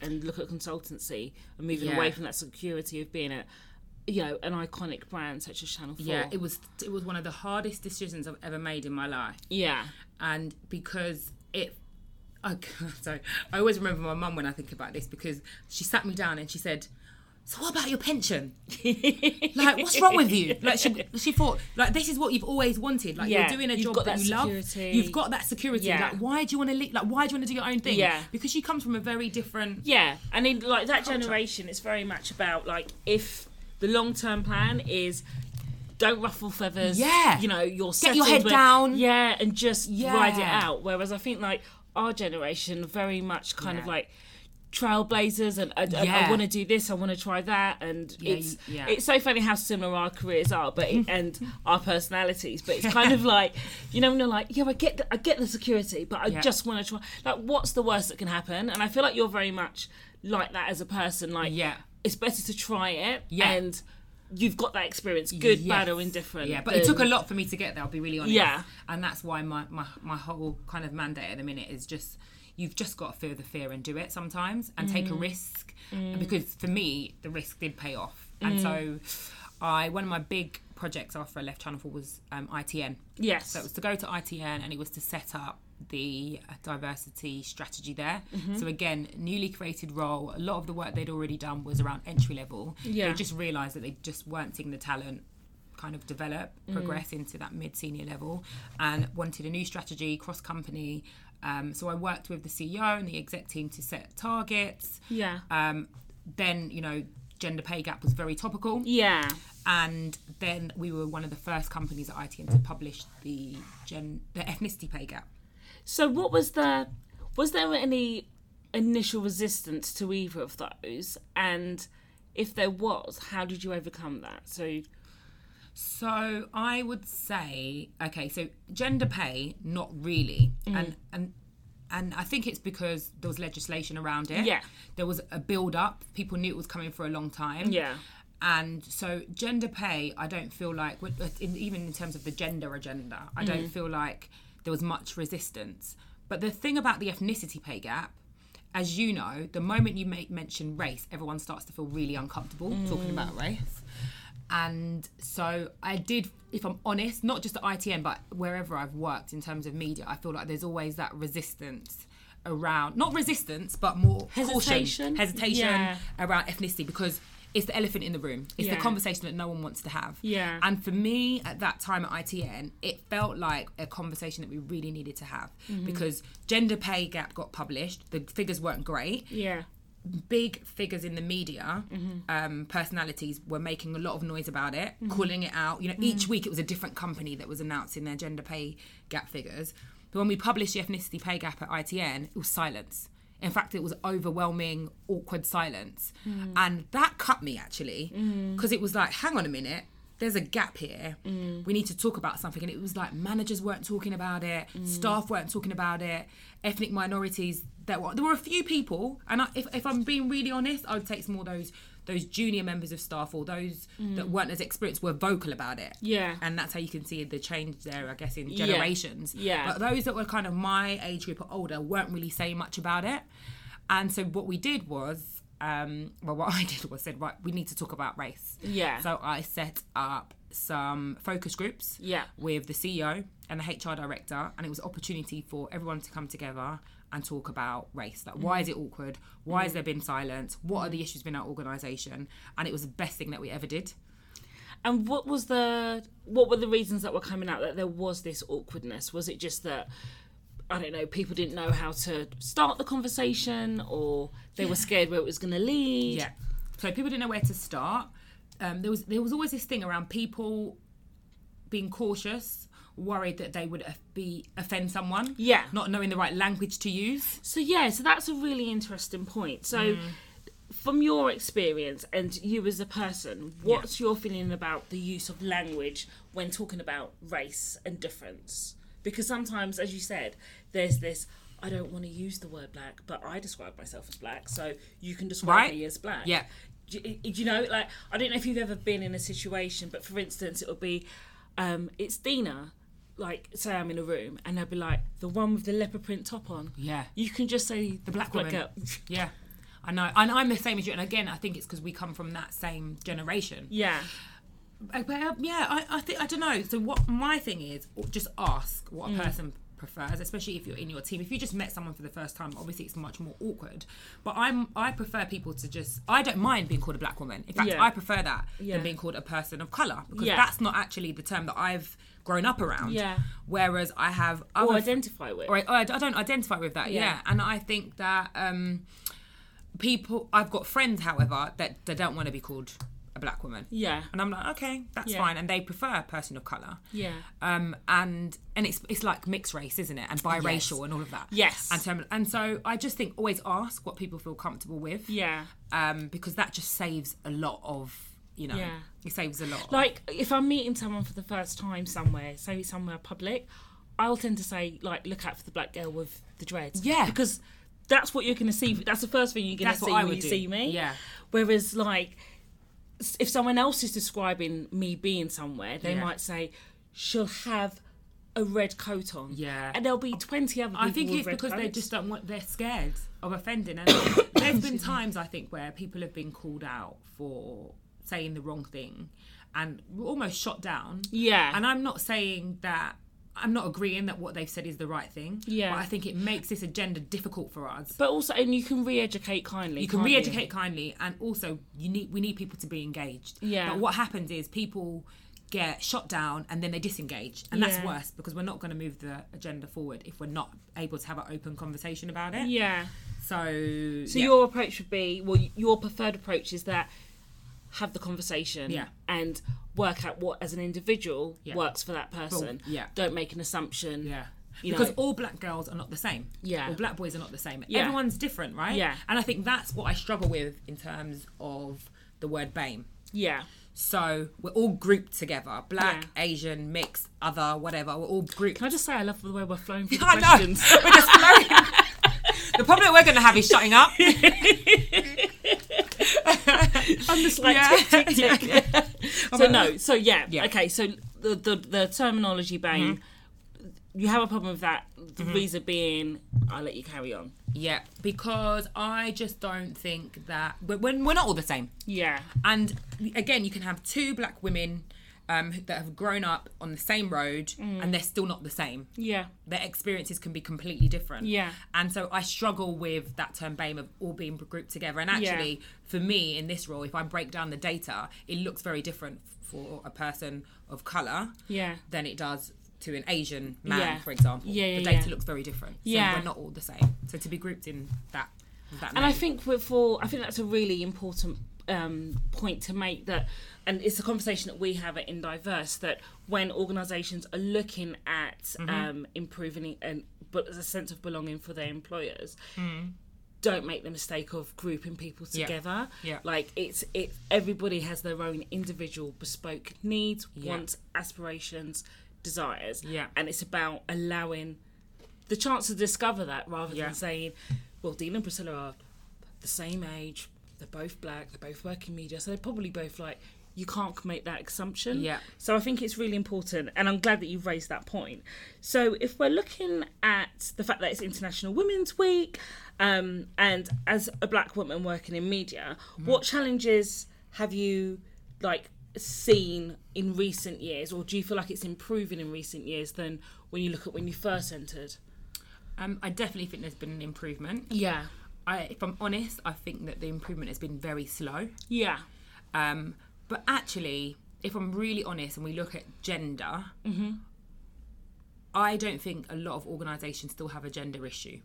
Speaker 1: and look at consultancy and moving
Speaker 2: Yeah.
Speaker 1: away from that security of being at you know an iconic brand such as Channel Four?
Speaker 2: Yeah, it was it was one of the hardest decisions I've ever made in my life.
Speaker 1: yeah,
Speaker 2: and because it I, sorry, I always remember my mum when I think about this because she sat me down and she said, "So what about your pension? like, what's wrong with you? Like, she she thought like this is what you've always wanted. Like,
Speaker 1: Yeah,
Speaker 2: you're doing a
Speaker 1: you've
Speaker 2: job
Speaker 1: got
Speaker 2: that,
Speaker 1: that
Speaker 2: you
Speaker 1: security.
Speaker 2: love. You've got that security.
Speaker 1: Yeah.
Speaker 2: Like, why do you want to leave? Like, why do you want to do your own thing?
Speaker 1: Yeah.
Speaker 2: because she comes from a very different.
Speaker 1: Yeah, and in like that generation, it's very much about like if the long term plan is don't ruffle feathers.
Speaker 2: Yeah.
Speaker 1: you know you're
Speaker 2: Get your
Speaker 1: settled
Speaker 2: head
Speaker 1: with-
Speaker 2: down.
Speaker 1: Yeah, and just
Speaker 2: Yeah.
Speaker 1: ride it out. Whereas I think like our generation very much kind of
Speaker 2: Yeah.
Speaker 1: like trailblazers and I, I- I,
Speaker 2: Yeah.
Speaker 1: want to do this, I want to try that, and
Speaker 2: Yeah,
Speaker 1: it's
Speaker 2: you- yeah.
Speaker 1: it's so funny how similar our careers are, but it, and our personalities. But it's kind of like you know when you're like yeah, I get the, I get the security, but I
Speaker 2: Yeah.
Speaker 1: just want to try. Like, what's the worst that can happen? And I feel like you're very much like that as a person. Like,
Speaker 2: Yeah.
Speaker 1: it's better to try it.
Speaker 2: Yeah.
Speaker 1: and you've got that experience, good,
Speaker 2: Yes.
Speaker 1: bad, or indifferent.
Speaker 2: Yeah, but it
Speaker 1: than-
Speaker 2: took a lot for me to get there. I'll be really honest.
Speaker 1: Yeah.
Speaker 2: and that's why my my, my whole kind of mandate at the minute is just you've just got to feel the fear and do it sometimes and take a
Speaker 1: Mm.
Speaker 2: risk because for me the risk did pay off and
Speaker 1: Mm.
Speaker 2: so I one of my big projects after I left Channel Four was um, ITN.
Speaker 1: Yes.
Speaker 2: So it was to go to ITN and it was to set up the uh, diversity strategy there. So again, newly created role. A lot of the work they'd already done was around entry level.
Speaker 1: Yeah.
Speaker 2: They just realised that they just weren't seeing the talent kind of develop, progress into that mid senior level, and wanted a new strategy cross company. Um, so I worked with the CEO and the exec team to set targets.
Speaker 1: Yeah.
Speaker 2: Um, then you know gender pay gap was very topical
Speaker 1: yeah.
Speaker 2: and then we were one of the first companies at ITN to publish the gen the ethnicity pay gap.
Speaker 1: So, what was the was there any initial resistance to either of those? And if there was, how did you overcome that? So,
Speaker 2: So I would say, okay, so gender pay, not really,
Speaker 1: Mm.
Speaker 2: and and and I think it's because there was legislation around it.
Speaker 1: Yeah.
Speaker 2: there was a build up. People knew it was coming for a long time.
Speaker 1: Yeah.
Speaker 2: And so gender pay, I don't feel like, with- in, even in terms of the gender agenda, I
Speaker 1: Mm.
Speaker 2: don't feel like there was much resistance. But the thing about the ethnicity pay gap, as you know, the moment you make mention race, everyone starts to feel really uncomfortable
Speaker 1: Mm.
Speaker 2: talking about race. And so I did, if I'm honest, not just at ITN, but wherever I've worked in terms of media, I feel like there's always that resistance around, not resistance, but more
Speaker 1: Hesitation?
Speaker 2: Caution, hesitation
Speaker 1: Yeah.
Speaker 2: around ethnicity because it's the elephant in the room. It's
Speaker 1: Yeah.
Speaker 2: the conversation that no one wants to have.
Speaker 1: Yeah.
Speaker 2: And for me at that time at ITN, it felt like a conversation that we really needed to have
Speaker 1: Mm-hmm.
Speaker 2: because gender pay gap got published. The figures weren't great
Speaker 1: yeah,
Speaker 2: big figures in the media, um, personalities were making a lot of noise about it, calling it out. You know, each week it was a different company that was announcing their gender pay gap figures. But when we published the ethnicity pay gap at ITN, it was silence. In fact, it was overwhelming, awkward silence. And that cut me actually, because it was like, hang on a minute, there's a gap here.
Speaker 1: Mm.
Speaker 2: We need to talk about something. And it was like managers weren't talking about it,
Speaker 1: Mm.
Speaker 2: staff weren't talking about it, ethnic minorities. There were there were a few people, and I, if if I'm being really honest, I would say it's more those those junior members of staff or those that weren't as experienced were vocal about it.
Speaker 1: Mm. Yeah.
Speaker 2: and that's how you can see the change there, I guess, in generations.
Speaker 1: Yeah.
Speaker 2: But those that were kind of my age group or older weren't really saying much about it. And so what we did was, um, well, what I did was said, right, we need to talk about race.
Speaker 1: Yeah.
Speaker 2: So I set up some focus groups.
Speaker 1: Yeah.
Speaker 2: With the CEO and the HR director, and it was an opportunity for everyone to come together and talk about race. Like, why
Speaker 1: Mm-hmm.
Speaker 2: is it awkward? Why has there been silence? What are the issues in our organisation? And it was the best thing that we ever did.
Speaker 1: And what was the what were the reasons that were coming out that there was this awkwardness? Was it just that I don't know, people didn't know how to start the conversation or they were scared where it was going to lead?
Speaker 2: Yeah. So people didn't know where to start. Um, there was there was always this thing around people being cautious, worried that they would uh, be offend someone.
Speaker 1: Yeah.
Speaker 2: Not knowing the right language to use.
Speaker 1: So yeah, so that's a really interesting point. So
Speaker 2: Mm.
Speaker 1: from your experience and you as a person, what's your feeling about the use of language when talking about race and difference? Because sometimes as you said, there's this I don't want to use the word black, but I describe myself as black, so you can describe
Speaker 2: Right.
Speaker 1: me as black.
Speaker 2: Yeah.
Speaker 1: Do you, do you know, like I don't know if you've ever been in a situation, but for instance, it would be, um, it's Dina. Like say I'm in a room and they'll be like the one with the leopard print top on.
Speaker 2: Yeah.
Speaker 1: You can just say the
Speaker 2: black
Speaker 1: black
Speaker 2: woman.
Speaker 1: girl.
Speaker 2: Yeah. I know. And I'm the same as you. And again, I think it's because we come from that same generation.
Speaker 1: Yeah.
Speaker 2: Uh, But uh, yeah, I, I think I don't know. So what my thing is, just ask what a
Speaker 1: Mm.
Speaker 2: person prefers, especially if you're in your team. If you just met someone for the first time, obviously it's much more awkward. But I'm I prefer people to just I don't mind being called a black woman. In fact,
Speaker 1: Yeah.
Speaker 2: I prefer that
Speaker 1: Yeah.
Speaker 2: than being called a person of color because
Speaker 1: Yeah.
Speaker 2: that's not actually the term that I've grown up around.
Speaker 1: Yeah.
Speaker 2: Whereas I have
Speaker 1: Or
Speaker 2: other
Speaker 1: identify with.
Speaker 2: or I, or I don't identify with that. Yeah.
Speaker 1: Yeah.
Speaker 2: and I think that um, people. I've got friends, however, that they don't want to be called a black woman.
Speaker 1: Yeah.
Speaker 2: and I'm like, okay, that's
Speaker 1: Yeah.
Speaker 2: fine, and they prefer a person of color.
Speaker 1: Yeah.
Speaker 2: Um, and and it's it's like mixed race, isn't it? And biracial and all of that.
Speaker 1: Yes.
Speaker 2: And term- and so I just think always ask what people feel comfortable with.
Speaker 1: Yeah.
Speaker 2: Um, because that just saves a lot of you know.
Speaker 1: Yeah.
Speaker 2: It saves a lot. of-
Speaker 1: Like if I'm meeting someone for the first time somewhere, say somewhere public, I'll tend to say like look out for the black girl with the dreads.
Speaker 2: Yeah.
Speaker 1: Because that's what you're gonna see. That's the first thing you're gonna
Speaker 2: That's
Speaker 1: see
Speaker 2: what
Speaker 1: when
Speaker 2: I would
Speaker 1: you
Speaker 2: do.
Speaker 1: see me.
Speaker 2: Yeah.
Speaker 1: Whereas like s- if someone else is describing me being somewhere, they
Speaker 2: Yeah.
Speaker 1: might say she'll have a red coat on.
Speaker 2: Yeah.
Speaker 1: And there'll be twenty other. People
Speaker 2: I think
Speaker 1: with
Speaker 2: it's
Speaker 1: red
Speaker 2: because they
Speaker 1: coats.
Speaker 2: just don't want. They're scared of offending, and there's been times I think where people have been called out for saying the wrong thing, and were almost shot down.
Speaker 1: Yeah.
Speaker 2: And I'm not saying that. I'm not agreeing that what they've said is the right thing.
Speaker 1: Yeah.
Speaker 2: But I think it makes this agenda difficult for us.
Speaker 1: But also, and you can re-educate kindly.
Speaker 2: You can
Speaker 1: can't
Speaker 2: re-educate kindly, and also you need we need people to be engaged.
Speaker 1: Yeah.
Speaker 2: But what happens is people get shot down and then they disengage, and that's
Speaker 1: Yeah.
Speaker 2: worse because we're not going to move the agenda forward if we're not able to have an open conversation about it.
Speaker 1: Yeah.
Speaker 2: So.
Speaker 1: So
Speaker 2: yeah.
Speaker 1: your approach would be well, your preferred approach is that have the conversation
Speaker 2: Yeah.
Speaker 1: and work out what as an individual
Speaker 2: Yeah.
Speaker 1: works for that person.
Speaker 2: yeah.
Speaker 1: Don't make an assumption.
Speaker 2: Yeah.
Speaker 1: You
Speaker 2: because
Speaker 1: know.
Speaker 2: all black girls are not the same.
Speaker 1: Yeah.
Speaker 2: All black boys are not the same.
Speaker 1: Yeah.
Speaker 2: Everyone's different, right?
Speaker 1: Yeah.
Speaker 2: And I think that's what I struggle with in terms of the word BAME.
Speaker 1: Yeah.
Speaker 2: So we're all grouped together black,
Speaker 1: Yeah.
Speaker 2: Asian, mixed, other, whatever. We're all grouped.
Speaker 1: Can I just say I love the way we're flowing through the
Speaker 2: I know.
Speaker 1: questions.
Speaker 2: We're just flowing. the problem that we're going to have is shutting up.
Speaker 1: I'm just like
Speaker 2: Yeah.
Speaker 1: tick, tick, tick. so no, so Oh, yeah.
Speaker 2: Yeah.
Speaker 1: Okay, so the the, the terminology bang. You have a problem with that. The reason being, I'll let you carry on.
Speaker 2: yeah, because I just don't think that but when we're not all the same.
Speaker 1: Yeah.
Speaker 2: And again, you can have two black women um, who- that have grown up on the same road
Speaker 1: Mm.
Speaker 2: and they're still not the same.
Speaker 1: Yeah.
Speaker 2: Their experiences can be completely different.
Speaker 1: Yeah.
Speaker 2: And so I struggle with that term BAME of all being grouped together. And
Speaker 1: Yeah.
Speaker 2: actually, for me in this role, if I break down the data, it looks very different for a person of colour
Speaker 1: Yeah.
Speaker 2: than it does to an Asian man,
Speaker 1: Yeah.
Speaker 2: for example.
Speaker 1: Yeah, yeah,
Speaker 2: the data
Speaker 1: yeah.
Speaker 2: looks very different. So
Speaker 1: Yeah.
Speaker 2: we're not all the same. So to be grouped in that, that
Speaker 1: And I
Speaker 2: name.
Speaker 1: think we're for I think that's a really important um, point to make that, and it's a conversation that we have at Indiverse that when organisations are looking at
Speaker 2: Mm-hmm.
Speaker 1: um, improving and but as a sense of belonging for their employers. Don't make the mistake of grouping people
Speaker 2: Mm. Yeah.
Speaker 1: together.
Speaker 2: Yeah.
Speaker 1: Like it's it. Everybody has their own individual, bespoke needs, wants, aspirations, desires.
Speaker 2: Yeah.
Speaker 1: And it's about allowing the chance to discover that rather
Speaker 2: Yeah.
Speaker 1: than saying, well, Dean and Priscilla are the same age, they're both black, they both work in media, so they're probably both like, you can't make that assumption.
Speaker 2: Yeah.
Speaker 1: So I think it's really important, and I'm glad that you've raised that point. So if we're looking at the fact that it's International Women's Week, um, and as a black woman working in media,
Speaker 2: Mm.
Speaker 1: what challenges have you like seen in recent years, or do you feel like it's improving in recent years than when you look at when you first entered?
Speaker 2: um, I definitely think there's been an improvement.
Speaker 1: Yeah.
Speaker 2: I, if I'm honest, I think that the improvement has been very slow.
Speaker 1: Yeah.
Speaker 2: Um, but actually, if I'm really honest and we look at gender,
Speaker 1: Mm-hmm.
Speaker 2: I don't think a lot of organisations still have a gender issue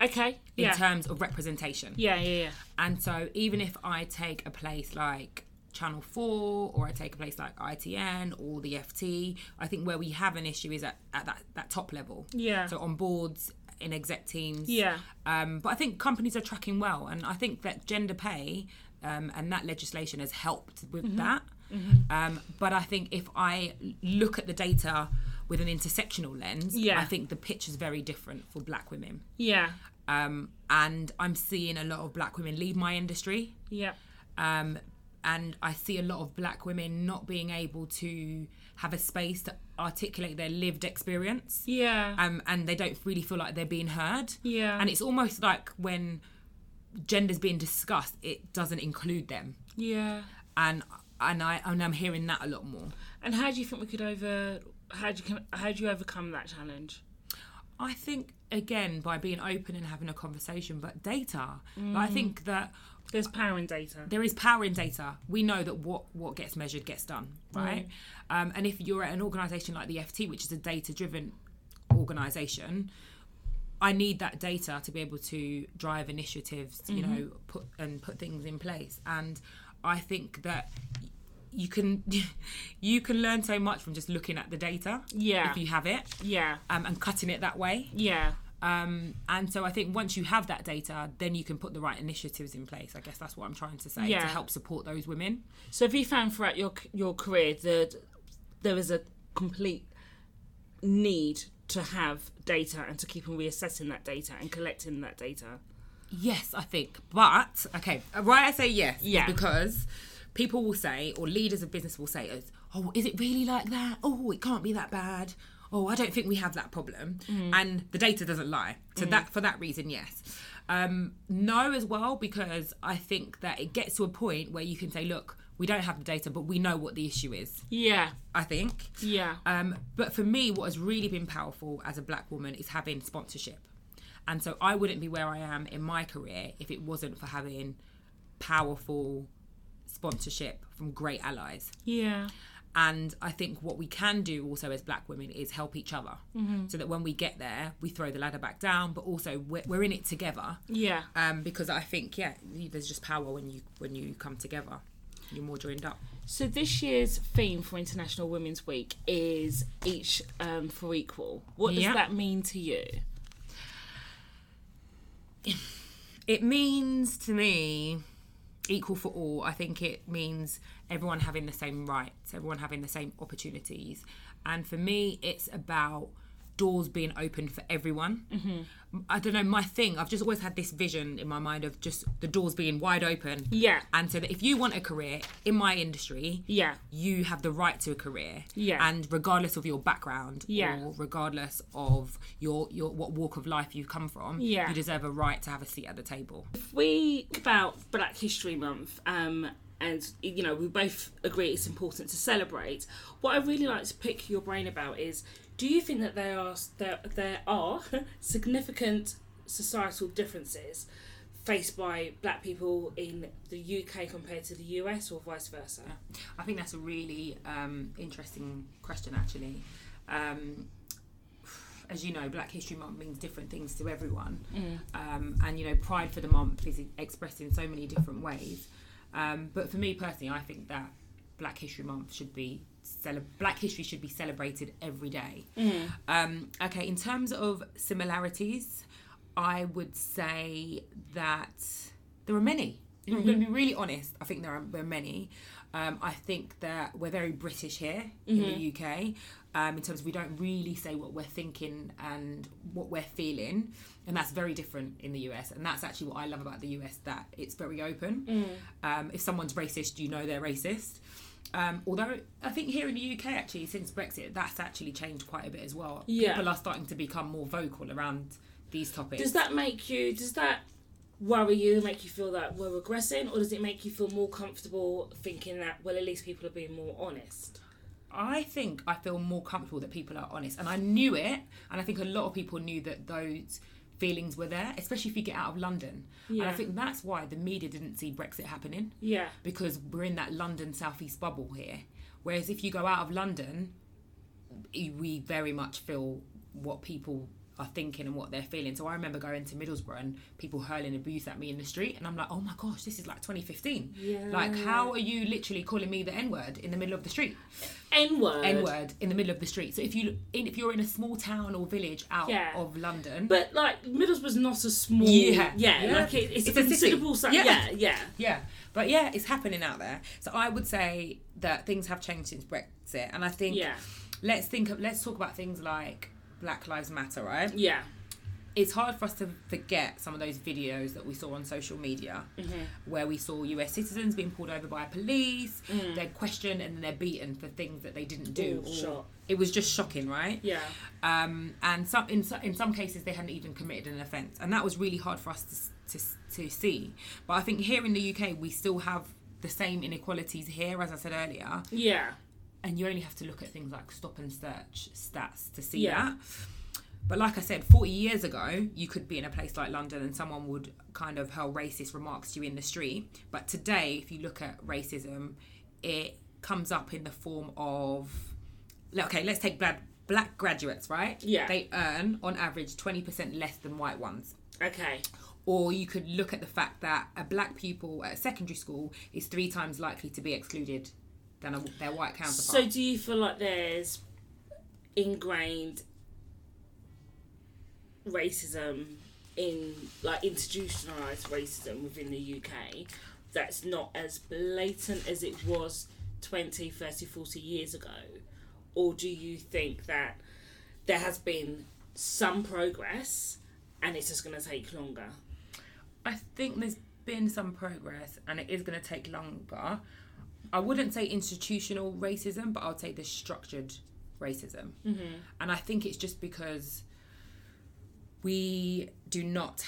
Speaker 1: Okay.
Speaker 2: in
Speaker 1: Yeah.
Speaker 2: terms of representation.
Speaker 1: yeah. Yeah. Yeah.
Speaker 2: And so, even if I take a place like Channel 4 or I take a place like ITN or the FT, I think where we have an issue is at, at that, that top level.
Speaker 1: Yeah.
Speaker 2: So, on boards, in exec teams.
Speaker 1: Yeah.
Speaker 2: Um, but I think companies are tracking well. And I think that gender pay um, and that legislation has helped with
Speaker 1: Mm-hmm.
Speaker 2: that. Um, but I think if I look at the data with an intersectional lens,
Speaker 1: Yeah.
Speaker 2: I think the picture's very different for black women.
Speaker 1: Yeah.
Speaker 2: Um, and I'm seeing a lot of black women leave my industry
Speaker 1: Yeah.
Speaker 2: um, and I see a lot of black women not being able to have a space to articulate their lived experience.
Speaker 1: Yeah.
Speaker 2: Um, and they don't really feel like they're being heard.
Speaker 1: Yeah.
Speaker 2: And it's almost like when gender's being discussed, it doesn't include them.
Speaker 1: yeah.
Speaker 2: And and I and I'm hearing that a lot more.
Speaker 1: And how do you think we could over? How do you how do you overcome that challenge?
Speaker 2: I think again by being open and having a conversation, but data. Like, I think that
Speaker 1: There's power in data.
Speaker 2: there is power in data. We know that what what gets measured gets done, right? Um, and if you're at an organisation like the FT, which is a data driven organisation, I need that data to be able to drive initiatives, you know, put and put things in place. And I think that y- you can you can learn so much from just looking at the data
Speaker 1: Yeah.
Speaker 2: if you have it
Speaker 1: Yeah.
Speaker 2: um, and cutting it that way.
Speaker 1: Yeah.
Speaker 2: Um, and so I think once you have that data, then you can put the right initiatives in place. I guess that's what I'm trying to say
Speaker 1: Yeah.
Speaker 2: to help support those women.
Speaker 1: So have you found throughout your your career that there is a complete need to have data and to keep on reassessing that data and collecting that data?
Speaker 2: Yes, I think. But okay, why I say yes, is
Speaker 1: Yeah.
Speaker 2: because people will say, or leaders of business will say, is, "Oh, is it really like that? Oh, it can't be that bad." Oh, I don't think we have that problem,
Speaker 1: Mm.
Speaker 2: and the data doesn't lie. So that for that reason, yes. Um, no, as well because I think that it gets to a point where you can say, "Look, we don't have the data, but we know what the issue is."
Speaker 1: Yeah.
Speaker 2: I think.
Speaker 1: Yeah.
Speaker 2: Um, but for me, what has really been powerful as a black woman is having sponsorship. And so I wouldn't be where I am in my career if it wasn't for having powerful sponsorship from great allies.
Speaker 1: Yeah.
Speaker 2: And I think what we can do also as black women is help each other so that when we get there, we throw the ladder back down, but also we're, we're in it together.
Speaker 1: Yeah.
Speaker 2: Um, because I think, yeah, you- there's just power when you when you come together, you're more joined up.
Speaker 1: So this year's theme for International Women's Week is each um, for equal. What does
Speaker 2: Yeah.
Speaker 1: that mean to you?
Speaker 2: It means to me equal for all. I think it means everyone having the same rights, everyone having the same opportunities. And for me, it's about doors being open for everyone. Mm-hmm. I don't know, my thing, I've just always had this vision in my mind of just the doors being wide open.
Speaker 1: Yeah.
Speaker 2: And so that if you want a career in my industry,
Speaker 1: Yeah.
Speaker 2: you have the right to a career.
Speaker 1: Yeah.
Speaker 2: And regardless of your background
Speaker 1: Yeah.
Speaker 2: or regardless of your your what walk of life you come from,
Speaker 1: Yeah.
Speaker 2: you deserve a right to have a seat at the table.
Speaker 1: we think about Black History Month, um, and you know we both agree it's important to celebrate. What I really like to pick your brain about is: Do you think that there are there, there are significant societal differences faced by Black people in the UK compared to the US, or vice versa?
Speaker 2: I think that's a really um, interesting question, actually. Um, as you know, Black History Month means different things to everyone, um, and you know, Pride for the month is expressed in so many different ways. Um, but for me personally, I think that Black History Month should be cele- Black History should be celebrated every day. Um, okay, in terms of similarities, I would say that there are many. If I'm going to be really honest, I think there are, there are many. Um, I think that we're very British here in the UK um, in terms of we don't really say what we're thinking and what we're feeling, and that's very different in the US. And that's actually what I love about the US that it's very open. Um, if someone's racist, you know they're racist. Um, although I think here in the UK, actually, since Brexit, that's actually changed quite a bit as well.
Speaker 1: Yeah.
Speaker 2: People are starting to become more vocal around these topics.
Speaker 1: Does that make you? Does that worry you? Make you feel that we're regressing, or does it make you feel more comfortable thinking that well, at least people are being more honest?
Speaker 2: I think I feel more comfortable that people are honest, and I knew it, and I think a lot of people knew that those feelings were there, especially if you get out of London. And I
Speaker 1: Yeah.
Speaker 2: think that's why the media didn't see Brexit happening
Speaker 1: Yeah.
Speaker 2: because we're in that London southeast bubble here. Whereas if you go out of London, e, we very much feel what people are thinking and what they're feeling. So I remember going to Middlesbrough and people hurling abuse at me in the street, and I'm like, oh my gosh, this is like 2015.
Speaker 1: Yeah.
Speaker 2: Like,
Speaker 1: Mm.
Speaker 2: how are you literally calling me the N word in the middle of the street?
Speaker 1: N word.
Speaker 2: N word in the middle of the street. So if you in, if you're in a small town or village out
Speaker 1: Yeah.
Speaker 2: of London,
Speaker 1: But like Middlesbrough's not a small.
Speaker 2: Yeah.
Speaker 1: yeah.
Speaker 2: Yeah.
Speaker 1: Like it, it's,
Speaker 2: It's
Speaker 1: a
Speaker 2: a city.
Speaker 1: considerable size.
Speaker 2: Yeah.
Speaker 1: Yeah, yeah,
Speaker 2: Yeah, but yeah, it's happening out there. So I would say that things have changed since Brexit, and I think
Speaker 1: Yeah.
Speaker 2: let's think of let's talk about things like Black Lives Matter, right?
Speaker 1: yeah,
Speaker 2: it's hard for us to forget some of those videos that we saw on social media
Speaker 1: Mm-hmm.
Speaker 2: where we saw US citizens being pulled over by police, they're questioned and then they're beaten for things that they didn't do.
Speaker 1: Mm. Ooh,
Speaker 2: or-
Speaker 1: shock.
Speaker 2: It was just shocking, right?
Speaker 1: Yeah.
Speaker 2: Um, and some in, so- in some cases they hadn't even committed an offence, and that was really hard for us to, s- to s- to see. But I think here in the UK we still have the same inequalities here, as I said earlier
Speaker 1: Yeah.
Speaker 2: and you only have to look at things like stop and search stats to see
Speaker 1: Yeah.
Speaker 2: that. But like I said, 40 years ago, you could be in a place like London and someone would kind of hurl racist remarks to you in the street. But today, if you look at racism, it comes up in the form of, okay, let's take black, black graduates, right?
Speaker 1: Yeah.
Speaker 2: They earn, on average, 20% less than white ones
Speaker 1: Okay.
Speaker 2: or you could look at the fact that a black pupil at secondary school is three times likely to be excluded than a, their white
Speaker 1: So
Speaker 2: counterpart.
Speaker 1: do you feel like there's ingrained racism in like institutionalized racism within the UK that's not as blatant as it was 20, 30, 40 years ago? Or do you think that there has been some progress and it's just going to take longer?
Speaker 2: I think there's been some progress, and it is going to take longer. I wouldn't say institutional racism, but I would say the structured racism. Mm-hmm. And I think it's just because we do not.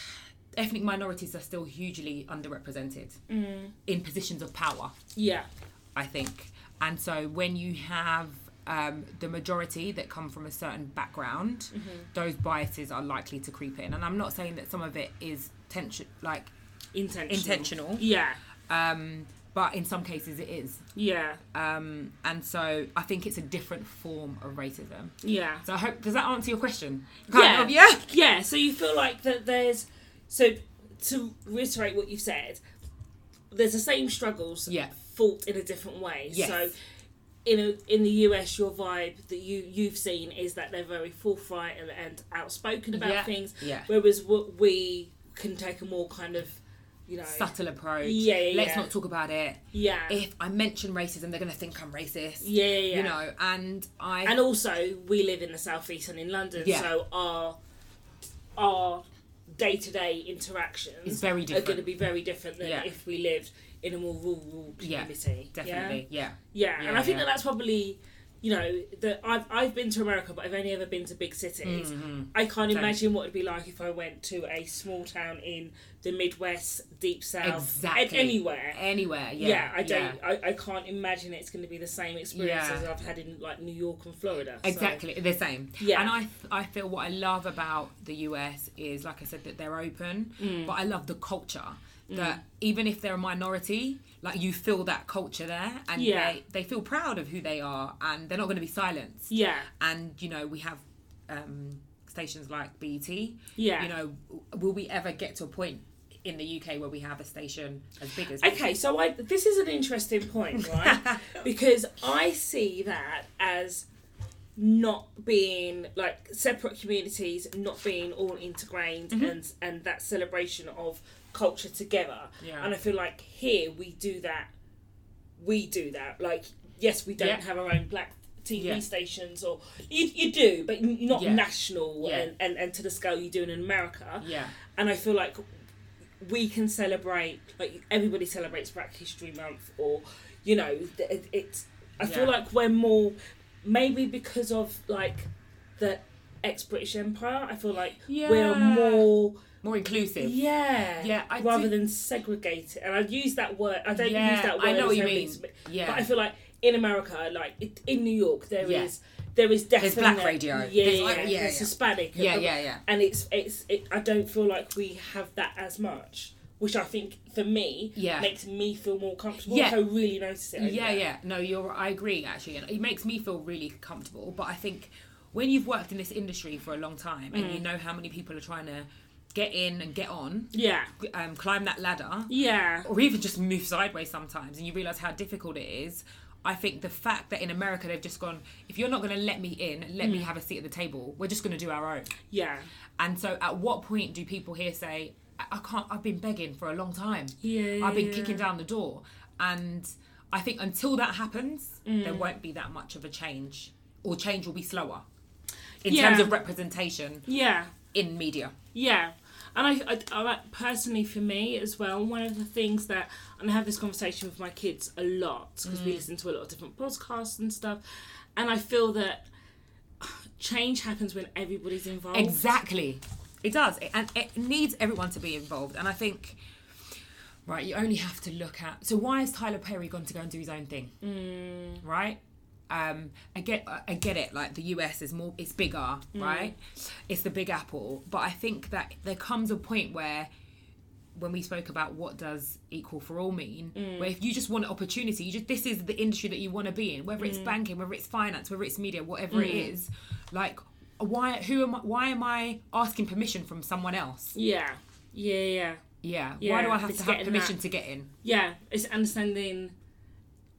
Speaker 2: Ethnic minorities are still hugely underrepresented in positions of power.
Speaker 1: Yeah.
Speaker 2: I think. And so when you have um, the majority that come from a certain background, those biases are likely to creep in. And I'm not saying that some of it is tension, like,
Speaker 1: Intentional.
Speaker 2: Intentional.
Speaker 1: Yeah.
Speaker 2: um, but in some cases it is.
Speaker 1: Yeah.
Speaker 2: Um, and so I think it's a different form of racism.
Speaker 1: Yeah.
Speaker 2: So I hope does that answer your question?
Speaker 1: yeah.
Speaker 2: Kind of, yeah.
Speaker 1: Yeah, so you feel like that there's so to reiterate what you've said, there's the same struggles
Speaker 2: Yeah.
Speaker 1: fought in a different way.
Speaker 2: Yes.
Speaker 1: So in a, in the US your vibe that you you've seen is that they're very forthright and, and outspoken about
Speaker 2: Yeah.
Speaker 1: things
Speaker 2: Yeah.
Speaker 1: whereas what we can take a more kind of you know
Speaker 2: Subtle approach.
Speaker 1: Yeah, yeah,
Speaker 2: Let's
Speaker 1: yeah.
Speaker 2: not talk about it.
Speaker 1: yeah. yeah
Speaker 2: If I mention racism, they're gonna think I'm racist.
Speaker 1: yeah yeah
Speaker 2: You know, and I
Speaker 1: and also we live in the southeast and in London,
Speaker 2: Yeah.
Speaker 1: so our our day to day interactions
Speaker 2: It's very
Speaker 1: are going to
Speaker 2: different.
Speaker 1: be very different than
Speaker 2: Yeah.
Speaker 1: if we lived in a more rural
Speaker 2: Yeah,
Speaker 1: community. Yeah,
Speaker 2: definitely, yeah.
Speaker 1: Yeah, and
Speaker 2: Yeah,
Speaker 1: I think
Speaker 2: yeah.
Speaker 1: that that's probably you know that I've I've been to America, but I've only ever been to big cities.
Speaker 2: Mm-hmm.
Speaker 1: I can't
Speaker 2: Mm. Same.
Speaker 1: imagine what it'd be like if I went to a small town in the Midwest, deep south,
Speaker 2: Exactly.
Speaker 1: a- anywhere.
Speaker 2: Anywhere, yeah.
Speaker 1: Yeah, I don't.
Speaker 2: yeah.
Speaker 1: I, I can't imagine it's going to be the same experience
Speaker 2: Yeah.
Speaker 1: as I've had in like New York and Florida. so-
Speaker 2: Exactly, the same.
Speaker 1: Yeah.
Speaker 2: And I, th- I feel what I love about the US is, like I said, that they're open,
Speaker 1: Mm.
Speaker 2: but I love the culture. That even if they're a minority, like you feel that culture there, and
Speaker 1: Yeah.
Speaker 2: they, they feel proud of who they are, and they're not going to be silenced.
Speaker 1: Yeah,
Speaker 2: And you know, we have um, stations like BT.
Speaker 1: yeah.
Speaker 2: You know, w- will we ever get to a point in the UK where we have a station as big as?
Speaker 1: okay, so I this is an interesting point, right? because I see that as not being like separate communities, not being all integrated,
Speaker 2: Mm-hmm.
Speaker 1: and and that celebration of culture together.
Speaker 2: Yeah.
Speaker 1: And I feel like here we do that. We do that. Like yes, we don't
Speaker 2: Yeah.
Speaker 1: have our own black. TV
Speaker 2: Yeah.
Speaker 1: stations, or you, you do, but n- not
Speaker 2: Yeah.
Speaker 1: national
Speaker 2: Yeah.
Speaker 1: and, and, and to the scale you do in America.
Speaker 2: Yeah.
Speaker 1: and I feel like we can celebrate like everybody celebrates Black History Month, or you know, th- it, it's. I feel
Speaker 2: Yeah.
Speaker 1: like we're more maybe because of like the ex British Empire. I feel like we're
Speaker 2: Yeah.
Speaker 1: more
Speaker 2: More inclusive.
Speaker 1: yeah
Speaker 2: Yeah, I
Speaker 1: rather
Speaker 2: do-
Speaker 1: than segregated. And I use that word. I don't
Speaker 2: Yeah,
Speaker 1: use that word.
Speaker 2: I know what you
Speaker 1: necessarily,
Speaker 2: mean.
Speaker 1: but-
Speaker 2: Yeah.
Speaker 1: but I feel like in America, like it, in New York, there is
Speaker 2: Yeah.
Speaker 1: there is definitely
Speaker 2: black radio.
Speaker 1: Yeah,
Speaker 2: There's
Speaker 1: yeah,
Speaker 2: like-
Speaker 1: yeah,
Speaker 2: yeah,
Speaker 1: there's
Speaker 2: yeah.
Speaker 1: Hispanic.
Speaker 2: Yeah, yeah, yeah.
Speaker 1: And it's it's it, I don't feel like we have that as much, which I think for me
Speaker 2: Yeah.
Speaker 1: makes me feel more comfortable.
Speaker 2: Yeah.
Speaker 1: So I really notice it. over
Speaker 2: yeah
Speaker 1: there.
Speaker 2: yeah no you're i agree actually and it makes me feel really comfortable but i think when you've worked in this industry for a long time and you know how many people are trying to get in and get on
Speaker 1: yeah,
Speaker 2: um, climb that ladder
Speaker 1: yeah,
Speaker 2: or even just move sideways sometimes and you realize how difficult it is i think the fact that in america they've just gone if you're not going to let me in let me have a seat at the table we're just going to do our own
Speaker 1: yeah,
Speaker 2: and so, at what point do people here say, "I I can't"? I've been begging for a long time.
Speaker 1: Yeah,
Speaker 2: I've been
Speaker 1: yeah,
Speaker 2: kicking down the door, and I think until that happens, there
Speaker 1: Mm.
Speaker 2: won't be that much of a change, or change will be slower in
Speaker 1: Yeah.
Speaker 2: terms of representation.
Speaker 1: yeah.
Speaker 2: in media.
Speaker 1: Yeah. And I, I, I like- personally, for me as well, one of the things that, and I have this conversation with my kids a lot because
Speaker 2: Mm.
Speaker 1: we listen to a lot of different podcasts and stuff, and I feel that change happens when everybody's involved.
Speaker 2: Exactly. It does. It, and it needs everyone to be involved. And I think, right, you only have to look at. So, why has Tyler Perry gone to go and do his own thing? Right? Um, I get, I get it. Like the US is more, it's bigger,
Speaker 1: Mm.
Speaker 2: right? It's the Big Apple, but I think that there comes a point where, when we spoke about what does equal for all mean,
Speaker 1: Mm.
Speaker 2: where if you just want an opportunity, you just this is the industry that you want to be in, whether it's
Speaker 1: Mm.
Speaker 2: banking, whether it's finance, whether it's media, whatever it is, like why who am I, why am I asking permission from someone else?
Speaker 1: Yeah. Yeah, yeah.
Speaker 2: Yeah, why
Speaker 1: Yeah,
Speaker 2: do I have
Speaker 1: it's
Speaker 2: to have
Speaker 1: getting
Speaker 2: permission
Speaker 1: that-
Speaker 2: to get in?
Speaker 1: Yeah. It's understanding,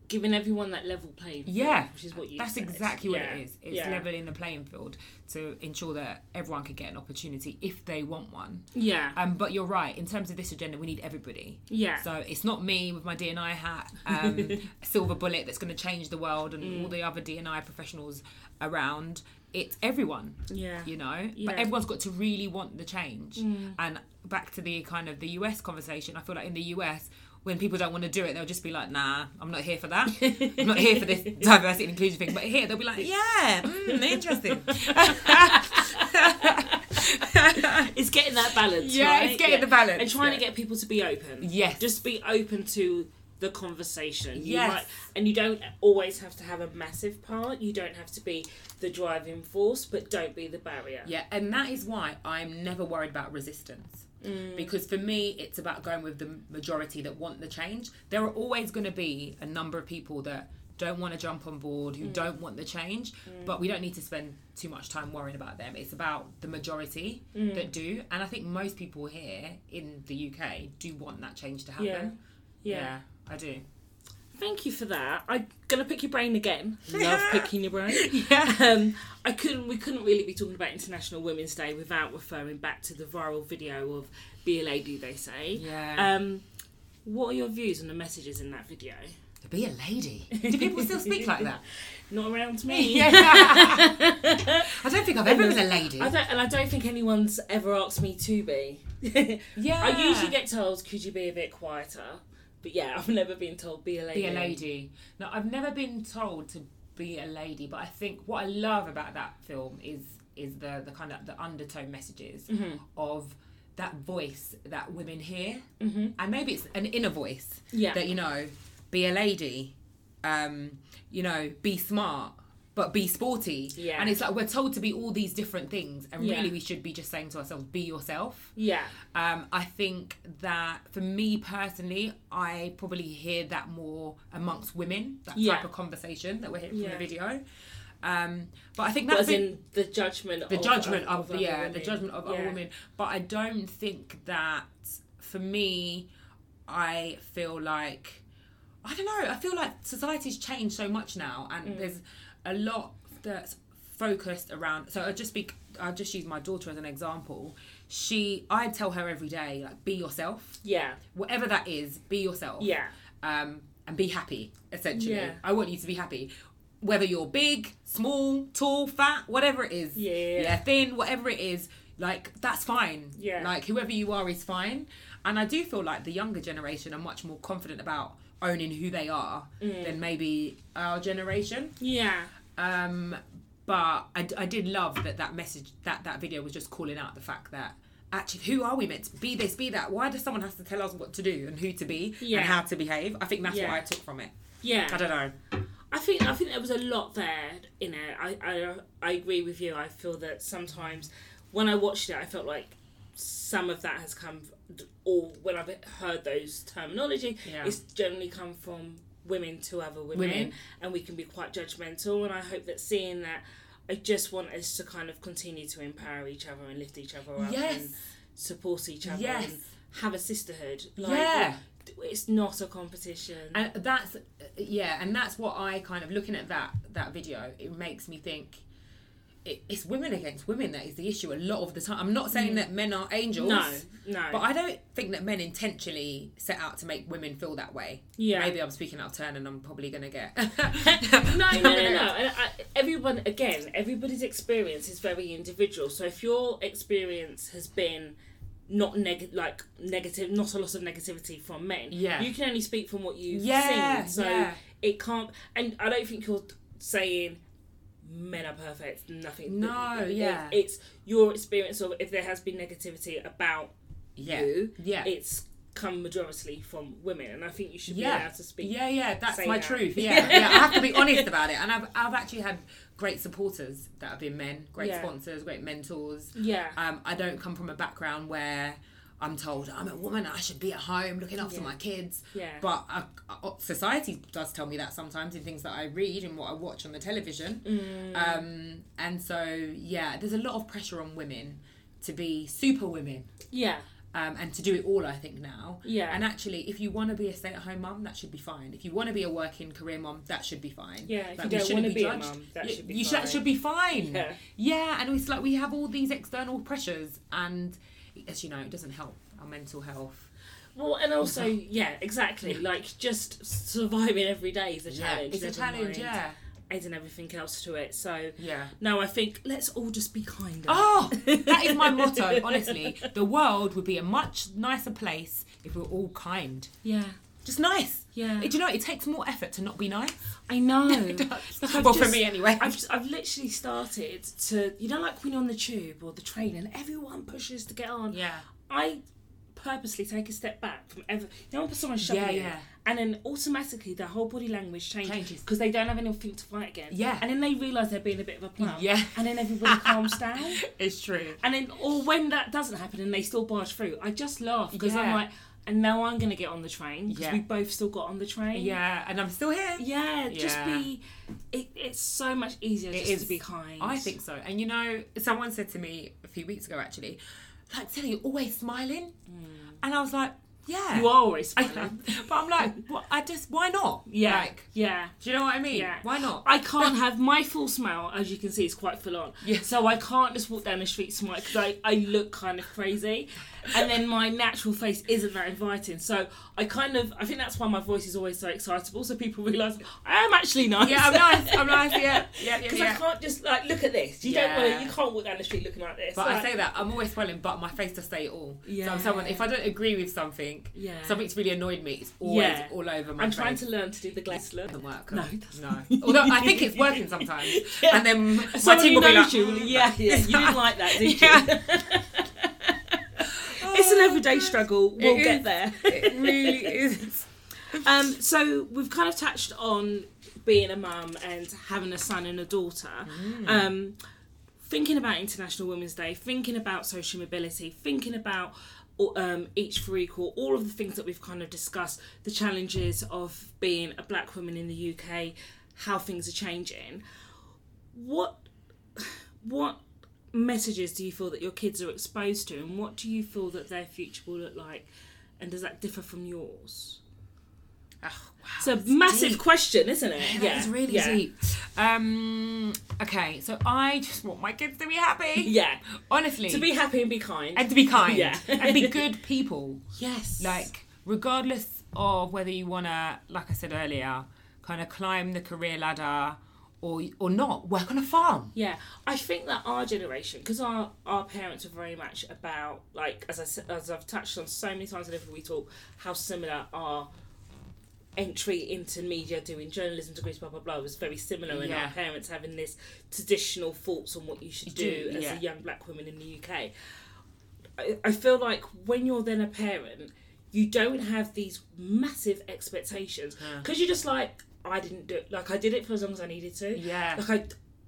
Speaker 1: giving everyone that level playing field,
Speaker 2: Yeah,
Speaker 1: Which is what you
Speaker 2: That's
Speaker 1: said.
Speaker 2: exactly what
Speaker 1: Yeah,
Speaker 2: it is. It's
Speaker 1: yeah.
Speaker 2: leveling the playing field to ensure that everyone can get an opportunity if they want one.
Speaker 1: Yeah.
Speaker 2: Um, but you're right. In terms of this agenda, we need everybody.
Speaker 1: Yeah.
Speaker 2: So it's not me with my DNI hat, um, silver bullet that's going to change the world, and
Speaker 1: Mm.
Speaker 2: all the other DNI professionals around. It's everyone.
Speaker 1: Yeah. Mm.
Speaker 2: You know.
Speaker 1: Uh, Yeah.
Speaker 2: But everyone's got to really want the change. And back to the kind of the US conversation, I feel like in the US. When people don't want to do it, they'll just be like, "Nah, I'm not here for that. I'm not here for this diversity and inclusion thing." But here, they'll be like, "Yeah, mm, interesting."
Speaker 1: It's getting that balance.
Speaker 2: Yeah,
Speaker 1: right?
Speaker 2: it's getting the balance,
Speaker 1: And trying to
Speaker 2: yeah.
Speaker 1: get people to be open.
Speaker 2: Yes.
Speaker 1: Just be open to the conversation. You
Speaker 2: Yes.
Speaker 1: might- and you don't always have to have a massive part. You don't have to be the driving force, but don't be the barrier.
Speaker 2: Yeah, and that is why I'm never worried about resistance.
Speaker 1: Mm.
Speaker 2: Because for me, it's about going with the majority that want the change. There are always going to be a number of people that don't want to jump on board,
Speaker 1: Mm.
Speaker 2: who don't want the change, but we don't need to spend too much time worrying about them. It's about the majority
Speaker 1: Mm.
Speaker 2: that do. And I think most people here in the UK do want that change to happen.
Speaker 1: Yeah. Yeah.
Speaker 2: I do.
Speaker 1: Thank you for that. I'm gonna pick your brain again. Love picking your brain.
Speaker 2: Yeah.
Speaker 1: Um, I couldn't. We couldn't really be talking about International Women's Day without referring back to the viral video of "Be a Lady." They say.
Speaker 2: Yeah.
Speaker 1: Um, what are your views on the messages in that video?
Speaker 2: To be a lady. Do people still speak like that?
Speaker 1: Not around me.
Speaker 2: I don't think I've ever been a lady.
Speaker 1: I don't, and I don't think anyone's ever asked me to be. yeah. I usually get told, could you be a bit quieter? But yeah, I've never been told, be a lady.
Speaker 2: be a lady. No, I've never been told to be a lady, but I think what I love about that film is is the the kind of the undertone messages
Speaker 1: Mm-hmm.
Speaker 2: of that voice that women hear, mm-hmm. and maybe it's an inner voice
Speaker 1: Yeah.
Speaker 2: that you know, be a lady, um, you know, be smart. But be sporty,
Speaker 1: Yeah.
Speaker 2: and it's like we're told to be all these different things, and
Speaker 1: Yeah.
Speaker 2: really we should be just saying to ourselves, "Be yourself."
Speaker 1: Yeah.
Speaker 2: Um, I think that for me personally, I probably hear that more amongst women, that
Speaker 1: Yeah.
Speaker 2: type of conversation that we're hearing
Speaker 1: Yeah.
Speaker 2: from the video. Um, but I think that's
Speaker 1: As
Speaker 2: been-
Speaker 1: in the judgment
Speaker 2: the
Speaker 1: of
Speaker 2: judgment
Speaker 1: of
Speaker 2: of,
Speaker 1: other
Speaker 2: yeah, the
Speaker 1: women.
Speaker 2: judgment of
Speaker 1: Yeah.
Speaker 2: other women. But I don't think that for me, I feel like I don't know. I feel like society's changed so much now, and
Speaker 1: Mm.
Speaker 2: there's a lot that's focused around. So I'll just speak. I'll just use my daughter as an example. She, I tell her every day, like, be yourself,
Speaker 1: Yeah.
Speaker 2: whatever that is, be yourself
Speaker 1: Yeah.
Speaker 2: um, and be happy. Essentially,
Speaker 1: Yeah.
Speaker 2: I want you to be happy, whether you're big, small, tall, fat, whatever it is.
Speaker 1: Yeah, yeah, yeah.
Speaker 2: thin, whatever it is. Like that's fine.
Speaker 1: Yeah.
Speaker 2: like whoever you are is fine. And I do feel like the younger generation are much more confident about owning who they are
Speaker 1: Mm.
Speaker 2: than maybe our generation.
Speaker 1: Yeah.
Speaker 2: Um, but I, d- I did love that that message that that video was just calling out the fact that actually who are we meant to be this be that why does someone has to tell us what to do and who to be
Speaker 1: Yeah.
Speaker 2: and how to behave i think that's
Speaker 1: Yeah.
Speaker 2: what i took from it
Speaker 1: Yeah.
Speaker 2: i don't know
Speaker 1: I think I think there was a lot there in it. I, I I agree with you. I feel that sometimes when I watched it, I felt like some of that has come, or when I've heard those terminology,
Speaker 2: Yeah.
Speaker 1: it's generally come from women to other women,
Speaker 2: Women.
Speaker 1: and we can be quite judgmental. And I hope that seeing that, I just want us to kind of continue to empower each other and lift each other up
Speaker 2: Yes.
Speaker 1: and support each other
Speaker 2: Yes.
Speaker 1: and have a sisterhood.
Speaker 2: Yeah.
Speaker 1: it's not a competition.
Speaker 2: and that's yeah and that's what i kind of looking at that that video it makes me think it, it's women against women that is the issue a lot of the time i'm not saying that men are angels
Speaker 1: Mm. no, no.
Speaker 2: But I don't think that men intentionally set out to make women feel that way.
Speaker 1: Yeah.
Speaker 2: Maybe I'm speaking out of turn and I'm probably going to get.
Speaker 1: no, no, no, no. And I, every everyone again everybody's experience is very individual so if your experience has been not neg- like negative not a lot of negativity from men
Speaker 2: Yeah.
Speaker 1: you can only speak from what you've
Speaker 2: Yeah,
Speaker 1: seen so
Speaker 2: yeah.
Speaker 1: it can't and i don't think you're saying men are perfect nothing
Speaker 2: No,
Speaker 1: it-
Speaker 2: yeah.
Speaker 1: it's your experience of if there has been negativity about
Speaker 2: yeah.
Speaker 1: you
Speaker 2: Yeah.
Speaker 1: it's come majority from women and i think you should be
Speaker 2: yeah.
Speaker 1: able to speak
Speaker 2: Yeah, yeah, that's
Speaker 1: say
Speaker 2: my
Speaker 1: that.
Speaker 2: truth. Yeah, yeah. I have to be honest about it, and I've I've actually had great supporters that have been men, great
Speaker 1: Yeah.
Speaker 2: sponsors, great mentors.
Speaker 1: Yeah.
Speaker 2: Um, I don't come from a background where I'm told I'm a woman, I should be at home looking after my kids.
Speaker 1: Yeah.
Speaker 2: But I, I, society does tell me that sometimes in things that I read and what I watch on the television.
Speaker 1: Mm.
Speaker 2: Um, and so yeah, there's a lot of pressure on women to be super women
Speaker 1: yeah
Speaker 2: um, and to do it all, I think now.
Speaker 1: Yeah.
Speaker 2: And actually, if you want to be a stay-at-home mum, that should be fine. If you want to be a working career mum, that should be fine.
Speaker 1: Yeah, if you
Speaker 2: we
Speaker 1: don't
Speaker 2: shouldn't
Speaker 1: wanna be a
Speaker 2: judged.
Speaker 1: mum, that
Speaker 2: Y-
Speaker 1: should be
Speaker 2: you Should,
Speaker 1: fine.
Speaker 2: should be fine.
Speaker 1: Yeah.
Speaker 2: Yeah, and it's like we have all these external pressures, and as you know, it doesn't help our mental health.
Speaker 1: Well, and also, yeah, exactly. Like just surviving every day is a
Speaker 2: Yeah,
Speaker 1: challenge.
Speaker 2: it's a
Speaker 1: never
Speaker 2: challenge.
Speaker 1: mind
Speaker 2: Yeah.
Speaker 1: Adding everything else to it. So
Speaker 2: Yeah.
Speaker 1: no, I think let's all just be kinder.
Speaker 2: Oh, that is my motto. Honestly, the world would be a much nicer place if we were all kind.
Speaker 1: Yeah,
Speaker 2: Just nice.
Speaker 1: Yeah.
Speaker 2: Do you know it takes more effort to not be nice?
Speaker 1: I know. Like, I've
Speaker 2: well, for
Speaker 1: just-
Speaker 2: me anyway.
Speaker 1: I've just, I've literally started to you know like when you're on the tube or the train and everyone pushes to get on.
Speaker 2: Yeah.
Speaker 1: I purposely take a step back from ever. You know when someone's shoving
Speaker 2: Yeah,
Speaker 1: you,
Speaker 2: yeah.
Speaker 1: and then automatically their whole body language changes
Speaker 2: Changes.
Speaker 1: because they don't have anything to fight against.
Speaker 2: Yeah.
Speaker 1: and then they realise they're being a bit of a plum.
Speaker 2: Yeah.
Speaker 1: and then everybody calms down.
Speaker 2: It's true.
Speaker 1: And then, or when that doesn't happen and they still barge through, I just laugh because I'm
Speaker 2: Yeah.
Speaker 1: like, and now I'm going to get on the train because
Speaker 2: Yeah.
Speaker 1: we both still got on the train.
Speaker 2: Yeah, and I'm still here.
Speaker 1: Yeah, just
Speaker 2: Yeah.
Speaker 1: be. It, it's so much easier just
Speaker 2: is.
Speaker 1: to be kind.
Speaker 2: I think so. And you know, someone said to me a few weeks ago actually, like, Tilly, you're always smiling. And I was like, yeah.
Speaker 1: you are always
Speaker 2: I
Speaker 1: smiling.
Speaker 2: but I'm like, what? I just, why not?
Speaker 1: Yeah,
Speaker 2: Like,
Speaker 1: yeah,
Speaker 2: do you know what I mean?
Speaker 1: yeah.
Speaker 2: Why not?
Speaker 1: I can't have my full smile, as you can see, is quite full on.
Speaker 2: Yeah.
Speaker 1: So I can't just walk down the street smiling because I, I look kind of crazy, and then my natural face isn't that inviting. So I kind of I think that's why my voice is always so excitable, so people realise I am actually nice.
Speaker 2: yeah, I'm nice. I'm nice. Yeah, yeah, yeah.
Speaker 1: Because I
Speaker 2: yeah.
Speaker 1: can't just like look at this. You
Speaker 2: Yeah.
Speaker 1: don't want to. You can't walk down the street looking like this.
Speaker 2: But I
Speaker 1: Like,
Speaker 2: say that I'm always smiling, but my face does say it all. So
Speaker 1: Yeah.
Speaker 2: I'm someone if I don't agree with something,
Speaker 1: Yeah.
Speaker 2: something's really annoyed me. It's always
Speaker 1: Yeah.
Speaker 2: all over my
Speaker 1: I'm
Speaker 2: face.
Speaker 1: trying to learn to do the glass
Speaker 2: It
Speaker 1: look.
Speaker 2: doesn't work.
Speaker 1: No, it doesn't.
Speaker 2: no. Although I think it's working sometimes,
Speaker 1: Yeah.
Speaker 2: and then my
Speaker 1: Someone
Speaker 2: team
Speaker 1: who
Speaker 2: will be
Speaker 1: knows
Speaker 2: like, "Mm."
Speaker 1: you, will- yeah, yeah, you didn't like that, did you?
Speaker 2: Yeah.
Speaker 1: it's an everyday struggle. We'll
Speaker 2: It
Speaker 1: get
Speaker 2: is.
Speaker 1: there.
Speaker 2: "Oh, It really is.
Speaker 1: Um, so we've kind of touched on being a mum and having a son and a daughter. Um, thinking about International Women's Day, thinking about social mobility, thinking about um, each for equal, all of the things that we've kind of discussed, the challenges of being a black woman in the UK, how things are changing. What what messages do you feel that your kids are exposed to, and what do you feel that their future will look like, and does that differ from yours?
Speaker 2: Oh, wow.
Speaker 1: It's a massive
Speaker 2: deep.
Speaker 1: question, isn't it?
Speaker 2: That is really
Speaker 1: yeah.
Speaker 2: deep. Um, okay, so I just want my kids to be happy.
Speaker 1: Yeah.
Speaker 2: Honestly.
Speaker 1: To be happy and be kind.
Speaker 2: and to be kind.
Speaker 1: Yeah.
Speaker 2: and be good people.
Speaker 1: yes.
Speaker 2: Like, regardless of whether you want to, like I said earlier, kind of climb the career ladder or, or not, work on a farm.
Speaker 1: Yeah, I think that our generation, because our, our parents were very much about like as I s- as I've touched on so many times in every we talk, how similar our entry into media, doing journalism degrees, blah blah blah, was very similar, and our
Speaker 2: Yeah.
Speaker 1: parents having this traditional thoughts on what you should do
Speaker 2: Do,
Speaker 1: as
Speaker 2: yeah.
Speaker 1: a young black woman in the UK. I, I feel like when you're then a parent, you don't have these massive expectations because you're just like. I didn't do it. Like I did it for as long as I needed to.
Speaker 2: Yeah.
Speaker 1: Like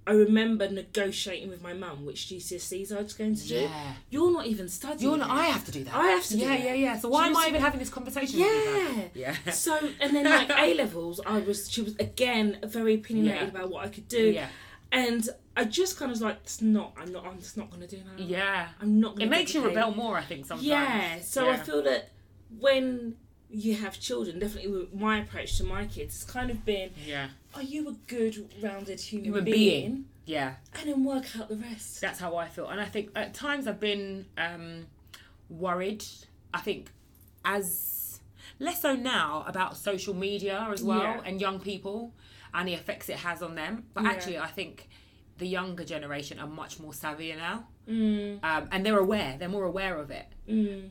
Speaker 1: I, I remember negotiating with my mum which GCSEs I was going to do.
Speaker 2: Yeah.
Speaker 1: You're not even studying.
Speaker 2: You're not,
Speaker 1: it.
Speaker 2: I have to do that.
Speaker 1: I have to do
Speaker 2: Yeah,
Speaker 1: that.
Speaker 2: yeah, yeah. So
Speaker 1: Do
Speaker 2: why
Speaker 1: you
Speaker 2: am I
Speaker 1: see-
Speaker 2: even having this conversation with you about it?
Speaker 1: Yeah.
Speaker 2: Yeah.
Speaker 1: So and then like A levels, I was she was again very opinionated
Speaker 2: Yeah.
Speaker 1: about what I could do.
Speaker 2: Yeah.
Speaker 1: And I just kind of was like, it's not. I'm not. I'm just not going to do that.
Speaker 2: Yeah.
Speaker 1: I'm not. Gonna
Speaker 2: It makes you
Speaker 1: dedicate-
Speaker 2: rebel more, I think, sometimes.
Speaker 1: Yeah. So I
Speaker 2: Yeah.
Speaker 1: feel that when you have children, definitely with my approach to my kids has kind of been,
Speaker 2: Yeah.
Speaker 1: are you a good, rounded human,
Speaker 2: Human
Speaker 1: being?
Speaker 2: being. Yeah.
Speaker 1: And then work out the rest.
Speaker 2: That's how I feel. And I think at times I've been um, worried. I think as less so now about social media as well
Speaker 1: Yeah.
Speaker 2: and young people and the effects it has on them. But
Speaker 1: Yeah.
Speaker 2: actually, I think the younger generation are much more savvy now,
Speaker 1: Mm,
Speaker 2: um, and they're aware. They're more aware of it.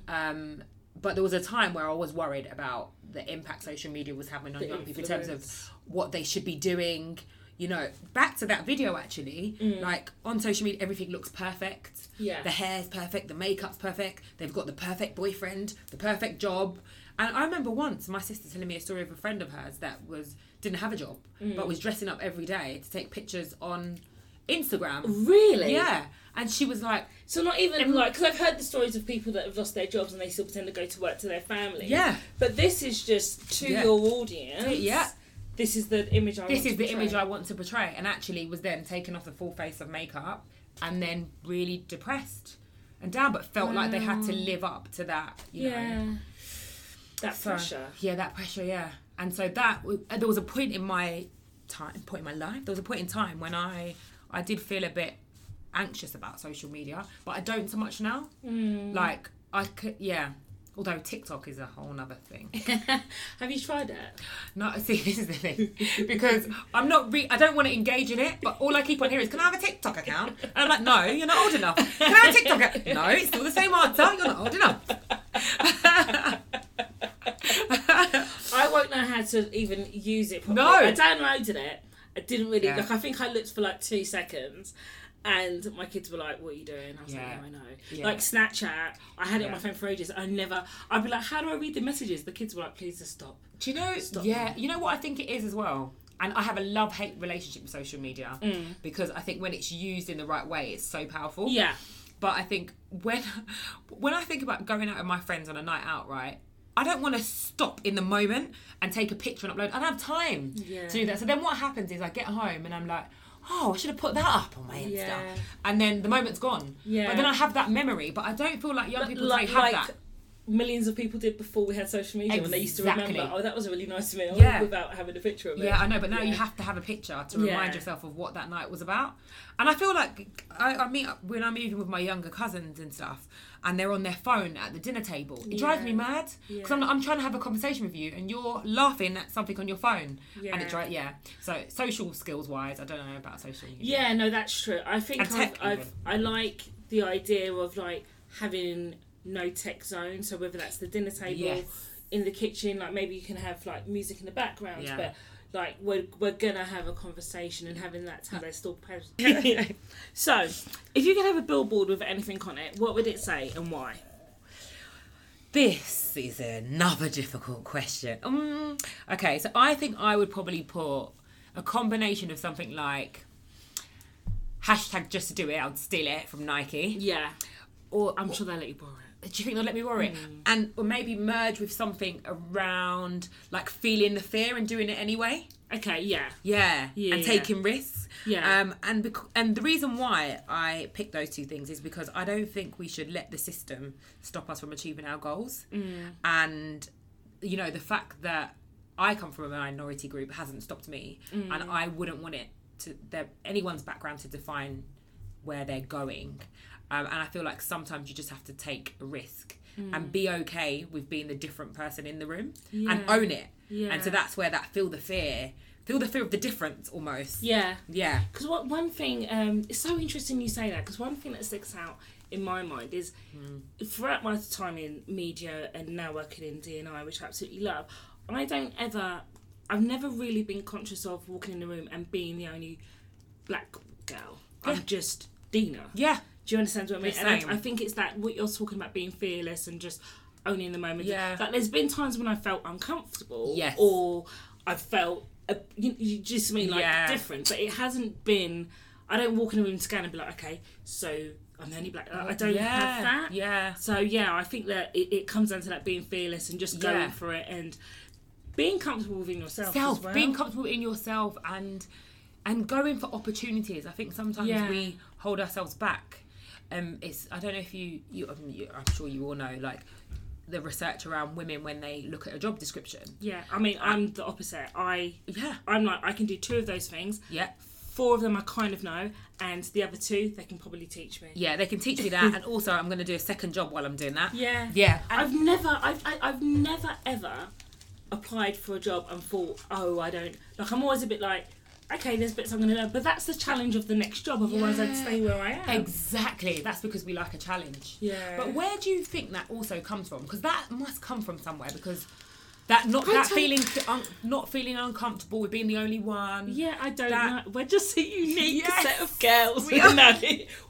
Speaker 2: Um, but there was a time where I was worried about the impact social media was having on young people in terms of what they should be doing. You know, back to that video actually. Like on social media, everything looks perfect.
Speaker 1: Mm. Yeah.
Speaker 2: the hair's perfect, the makeup's perfect. They've got the perfect boyfriend, the perfect job. And I remember once my sister telling me a story of a friend of hers that was didn't have a job
Speaker 1: Mm.
Speaker 2: but was dressing up every day to take pictures on Instagram.
Speaker 1: Really?
Speaker 2: Yeah, and she was like,
Speaker 1: So not even like because I've heard the stories of people that have lost their jobs and they still pretend to go to work to their family.
Speaker 2: Yeah.
Speaker 1: But this is just to
Speaker 2: Yeah.
Speaker 1: your audience.
Speaker 2: Yeah.
Speaker 1: This is the image I.
Speaker 2: this
Speaker 1: want
Speaker 2: is
Speaker 1: to
Speaker 2: the image
Speaker 1: portray.
Speaker 2: I want to portray, and actually was then taken off the full face of makeup and then really depressed and down, but felt like they had to live up to that. You know.
Speaker 1: Yeah. That
Speaker 2: So,
Speaker 1: pressure.
Speaker 2: Yeah, that pressure. Yeah, and so that w- uh, there was a point in my time, point in my life. There was a point in time when I I did feel a bit anxious about social media, but I don't so much now.
Speaker 1: Mm.
Speaker 2: Like I could, yeah. Although TikTok is a whole nother thing.
Speaker 1: Have you tried it?
Speaker 2: No, see, this is the thing because I'm not. Re- I don't want to engage in it, but all I keep on hearing is, "Can I have a TikTok account?" And I'm like, "No, you're not old enough." Can I have a TikTok? account? No, it's still the same answer. You're not old enough.
Speaker 1: I won't know how to even use it. Properly.
Speaker 2: No.
Speaker 1: I downloaded it. I didn't really
Speaker 2: Yeah.
Speaker 1: like. I think I looked for like two seconds, and my kids were like, "What are you doing?" I was
Speaker 2: Yeah.
Speaker 1: like, "Yeah, I know."
Speaker 2: Yeah.
Speaker 1: Like Snapchat, I had it on
Speaker 2: Yeah.
Speaker 1: my phone for ages. I never. I'd be like, "How do I read the messages?" The kids were like, "Please just stop."
Speaker 2: Do you know? Yeah, you know what I think it is as well. And I have a love hate relationship with social media
Speaker 1: Mm.
Speaker 2: because I think when it's used in the right way, it's so powerful.
Speaker 1: Yeah.
Speaker 2: But I think when when I think about going out with my friends on a night out, right? I don't want to stop in the moment and take a picture and upload. I don't have time
Speaker 1: Yeah.
Speaker 2: to do that. So then what happens is I get home and I'm like, oh, I should have put that up on my Insta.
Speaker 1: Yeah.
Speaker 2: And then the moment's gone.
Speaker 1: Yeah.
Speaker 2: But then I have that memory, but I don't feel like young people
Speaker 1: like
Speaker 2: today have
Speaker 1: like
Speaker 2: that.
Speaker 1: millions of people did before we had social media when they used to remember.
Speaker 2: Exactly.
Speaker 1: Oh, that was a really nice meal.
Speaker 2: Yeah.
Speaker 1: Without having a picture of it.
Speaker 2: Yeah, I know, but now you
Speaker 1: Yeah.
Speaker 2: have to have a picture to
Speaker 1: Yeah.
Speaker 2: remind yourself of what that night was about. And I feel like I, I meet up when I'm even with my younger cousins and stuff, and they're on their phone at the dinner table. It drives me
Speaker 1: Yeah.
Speaker 2: mad because I'm,
Speaker 1: Yeah.
Speaker 2: I'm trying to have a conversation with you, and you're laughing at something on your phone, and
Speaker 1: Yeah.
Speaker 2: it drives yeah. So social skills wise, I don't know about social media.
Speaker 1: Yeah, no, that's true. I
Speaker 2: And
Speaker 1: think I've,
Speaker 2: tech
Speaker 1: I've
Speaker 2: even.
Speaker 1: I like the idea of like having no tech zone. So whether that's the dinner table,
Speaker 2: Yes.
Speaker 1: in the kitchen, like maybe you can have like music in the background,
Speaker 2: Yeah.
Speaker 1: but like we're we're gonna have a conversation and having that time. They're still pres- so, if you could have a billboard with anything on it, what would it say and why?
Speaker 2: This is another difficult question. Um, okay, so I think I would probably put a combination of something like hashtag just to do it, I'd steal it from Nike.
Speaker 1: Yeah,
Speaker 2: Or
Speaker 1: I'm sure they'll let you borrow it.
Speaker 2: do you think they'll let me worry? And or maybe merge with something around like feeling the fear and doing it anyway.
Speaker 1: Okay, yeah,
Speaker 2: Yeah.
Speaker 1: Yeah,
Speaker 2: And
Speaker 1: yeah.
Speaker 2: taking risks.
Speaker 1: Yeah.
Speaker 2: Um and bec- and the reason why I picked those two things is because I don't think we should let the system stop us from achieving our goals.
Speaker 1: Mm.
Speaker 2: And you know, the fact that I come from a minority group hasn't stopped me
Speaker 1: Mm.
Speaker 2: and I wouldn't want it to their anyone's background to define where they're going. Um, and I feel like sometimes you just have to take a risk
Speaker 1: Mm.
Speaker 2: and be okay with being the different person in the room and
Speaker 1: Yeah.
Speaker 2: own it. And
Speaker 1: Yeah.
Speaker 2: so that's where that feel the fear, feel the fear of the difference almost.
Speaker 1: yeah.
Speaker 2: Yeah.
Speaker 1: Because what one thing, um, it's so interesting you say that. Because one thing that sticks out in my mind is throughout my time in media and now working in DNI, which I absolutely love, I don't ever, I've never really been conscious of walking in the room and being the only black girl.
Speaker 2: Yeah.
Speaker 1: I'm just Dina.
Speaker 2: Yeah.
Speaker 1: Do you understand what I mean?
Speaker 2: The
Speaker 1: And
Speaker 2: same.
Speaker 1: I, I think it's that what you're talking about being fearless and just owning the moment.
Speaker 2: Yeah.
Speaker 1: Like there's been times when I felt uncomfortable.
Speaker 2: Yes.
Speaker 1: Or I felt a, you, you just mean like
Speaker 2: Yeah.
Speaker 1: different, but it hasn't been. I don't walk in a room scan and be like, okay, so I'm the only black. I don't
Speaker 2: yeah.
Speaker 1: have that.
Speaker 2: Yeah.
Speaker 1: So yeah, I think that it, it comes down to that being fearless and just
Speaker 2: Yeah.
Speaker 1: going for it and being comfortable within yourself.
Speaker 2: self
Speaker 1: as well.
Speaker 2: being comfortable in yourself and and going for opportunities i think sometimes
Speaker 1: Yeah.
Speaker 2: we hold ourselves back um it's i don't know if you you, um, you i'm sure you all know like the research around women when they look at a job description
Speaker 1: yeah, I mean, I'm the opposite. I
Speaker 2: yeah
Speaker 1: I'm like I can do two of those things.
Speaker 2: yeah
Speaker 1: four of them I kind of know, and the other two they can probably teach me.
Speaker 2: yeah they can teach me that and also i'm going to do a second job while i'm doing that
Speaker 1: Yeah.
Speaker 2: yeah
Speaker 1: I've never, I've, I, I've never ever applied for a job and thought, oh, I don't. Like I'm always a bit like, okay, there's bits I'm going to know, but that's the challenge of the next job. Otherwise, I'd
Speaker 2: Yeah.
Speaker 1: stay where I am.
Speaker 2: Exactly. That's because we like a challenge.
Speaker 1: Yeah.
Speaker 2: But where do you think that also comes from? Because that must come from somewhere. Because that not that
Speaker 1: don't-
Speaker 2: feeling un, not feeling uncomfortable with being the only one.
Speaker 1: Yeah, I don't
Speaker 2: Um, That-
Speaker 1: know. We're just a unique
Speaker 2: Yes.
Speaker 1: set of girls.
Speaker 2: We are.
Speaker 1: No,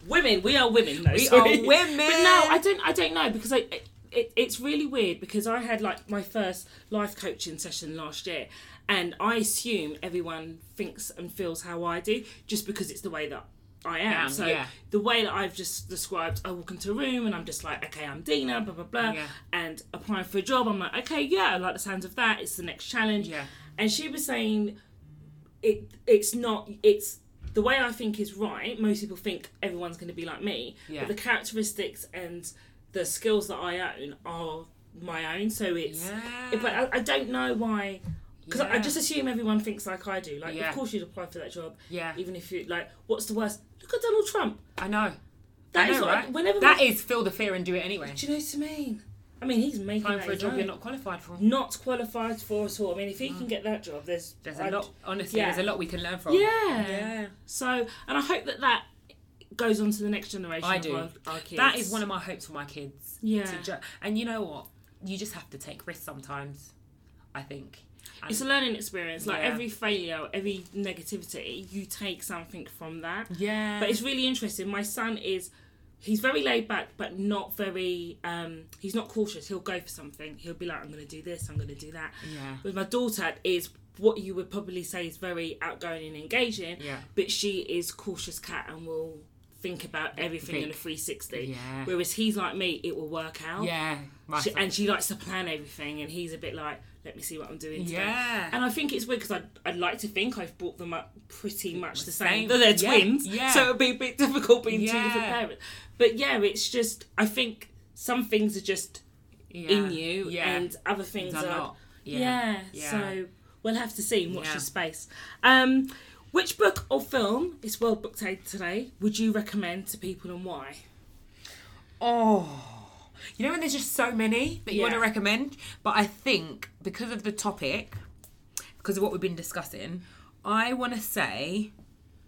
Speaker 1: women. We are women. No,
Speaker 2: We
Speaker 1: sorry.
Speaker 2: are women.
Speaker 1: But no, I don't. I don't know because I. It, it's really weird because I had like my first life coaching session last year, and I assume everyone thinks and feels how I do just because it's the way that I am.
Speaker 2: Yeah,
Speaker 1: so
Speaker 2: yeah.
Speaker 1: the way that I've just described, I walk into a room and I'm just like, okay, I'm Dina, blah blah blah,
Speaker 2: Yeah.
Speaker 1: and applying for a job. I'm like, okay, yeah, I like the sounds of that. It's the next challenge.
Speaker 2: Yeah.
Speaker 1: And she was saying it it's not it's the way I think is right. Most people think everyone's going to be like me,
Speaker 2: Yeah.
Speaker 1: but the characteristics and the skills that I own are my own. So it's
Speaker 2: Yeah.
Speaker 1: it- but I, I don't know why. Because I
Speaker 2: Yeah.
Speaker 1: just assume everyone thinks like I do. Like,
Speaker 2: Yeah.
Speaker 1: of course you'd apply for that job.
Speaker 2: Yeah.
Speaker 1: Even if you like, what's the worst? Look at Donald Trump.
Speaker 2: I know.
Speaker 1: That
Speaker 2: I
Speaker 1: is
Speaker 2: know,
Speaker 1: what. I-
Speaker 2: right?
Speaker 1: whenever
Speaker 2: that
Speaker 1: we-
Speaker 2: is feel the fear and do it anyway.
Speaker 1: Do you know what I mean? I mean, he's making
Speaker 2: Applying
Speaker 1: that
Speaker 2: for a
Speaker 1: his
Speaker 2: job
Speaker 1: own.
Speaker 2: you're not qualified for.
Speaker 1: Not qualified for at all. I mean, if he can get that job, there's
Speaker 2: There's a
Speaker 1: I'd-
Speaker 2: lot. Honestly,
Speaker 1: yeah.
Speaker 2: there's a lot we can learn from.
Speaker 1: Yeah. So, and I hope that that goes on to the next generation.
Speaker 2: I
Speaker 1: of
Speaker 2: do.
Speaker 1: Our, our kids.
Speaker 2: That is one of my hopes for my kids.
Speaker 1: Yeah.
Speaker 2: To ju- and you know what? You just have to take risks sometimes. I think. And
Speaker 1: It's a learning experience. Like
Speaker 2: Yeah.
Speaker 1: every failure, every negativity, you take something from that.
Speaker 2: yeah.
Speaker 1: But it's really interesting. My son is. He's very laid back, but not very. Um, he's not cautious. He'll go for something. He'll be like, "I'm going to do this. I'm going to do that."
Speaker 2: yeah.
Speaker 1: With my daughter, is what you would probably say is very outgoing and engaging.
Speaker 2: Yeah.
Speaker 1: But she is cautious cat and will think about everything in a
Speaker 2: Think.
Speaker 1: 360.
Speaker 2: Yeah.
Speaker 1: Whereas he's like me, it will work out.
Speaker 2: Yeah. My
Speaker 1: She,
Speaker 2: son.
Speaker 1: and she likes to plan everything, and he's a bit like, "Let me see what I'm doing." Today.
Speaker 2: Yeah.
Speaker 1: And I think it's weird because I'd, I'd like to think I've brought them up pretty much the same.
Speaker 2: Same.
Speaker 1: Though They're
Speaker 2: Yeah,
Speaker 1: twins,
Speaker 2: yeah.
Speaker 1: so it would be a bit difficult being two
Speaker 2: Yeah.
Speaker 1: different parents. But yeah, it's just I think some things are just
Speaker 2: Yeah.
Speaker 1: in you,
Speaker 2: Yeah.
Speaker 1: and other things
Speaker 2: Done
Speaker 1: are
Speaker 2: lot.
Speaker 1: Yeah.
Speaker 2: Yeah.
Speaker 1: So we'll have to see and watch
Speaker 2: Yeah.
Speaker 1: the space. Um, which book or film is World Book Day today? Would you recommend to people and why?
Speaker 2: Oh, you know when there's just so many that you want to
Speaker 1: Yeah.
Speaker 2: recommend, but I think because of the topic, because of what we've been discussing, I want to say,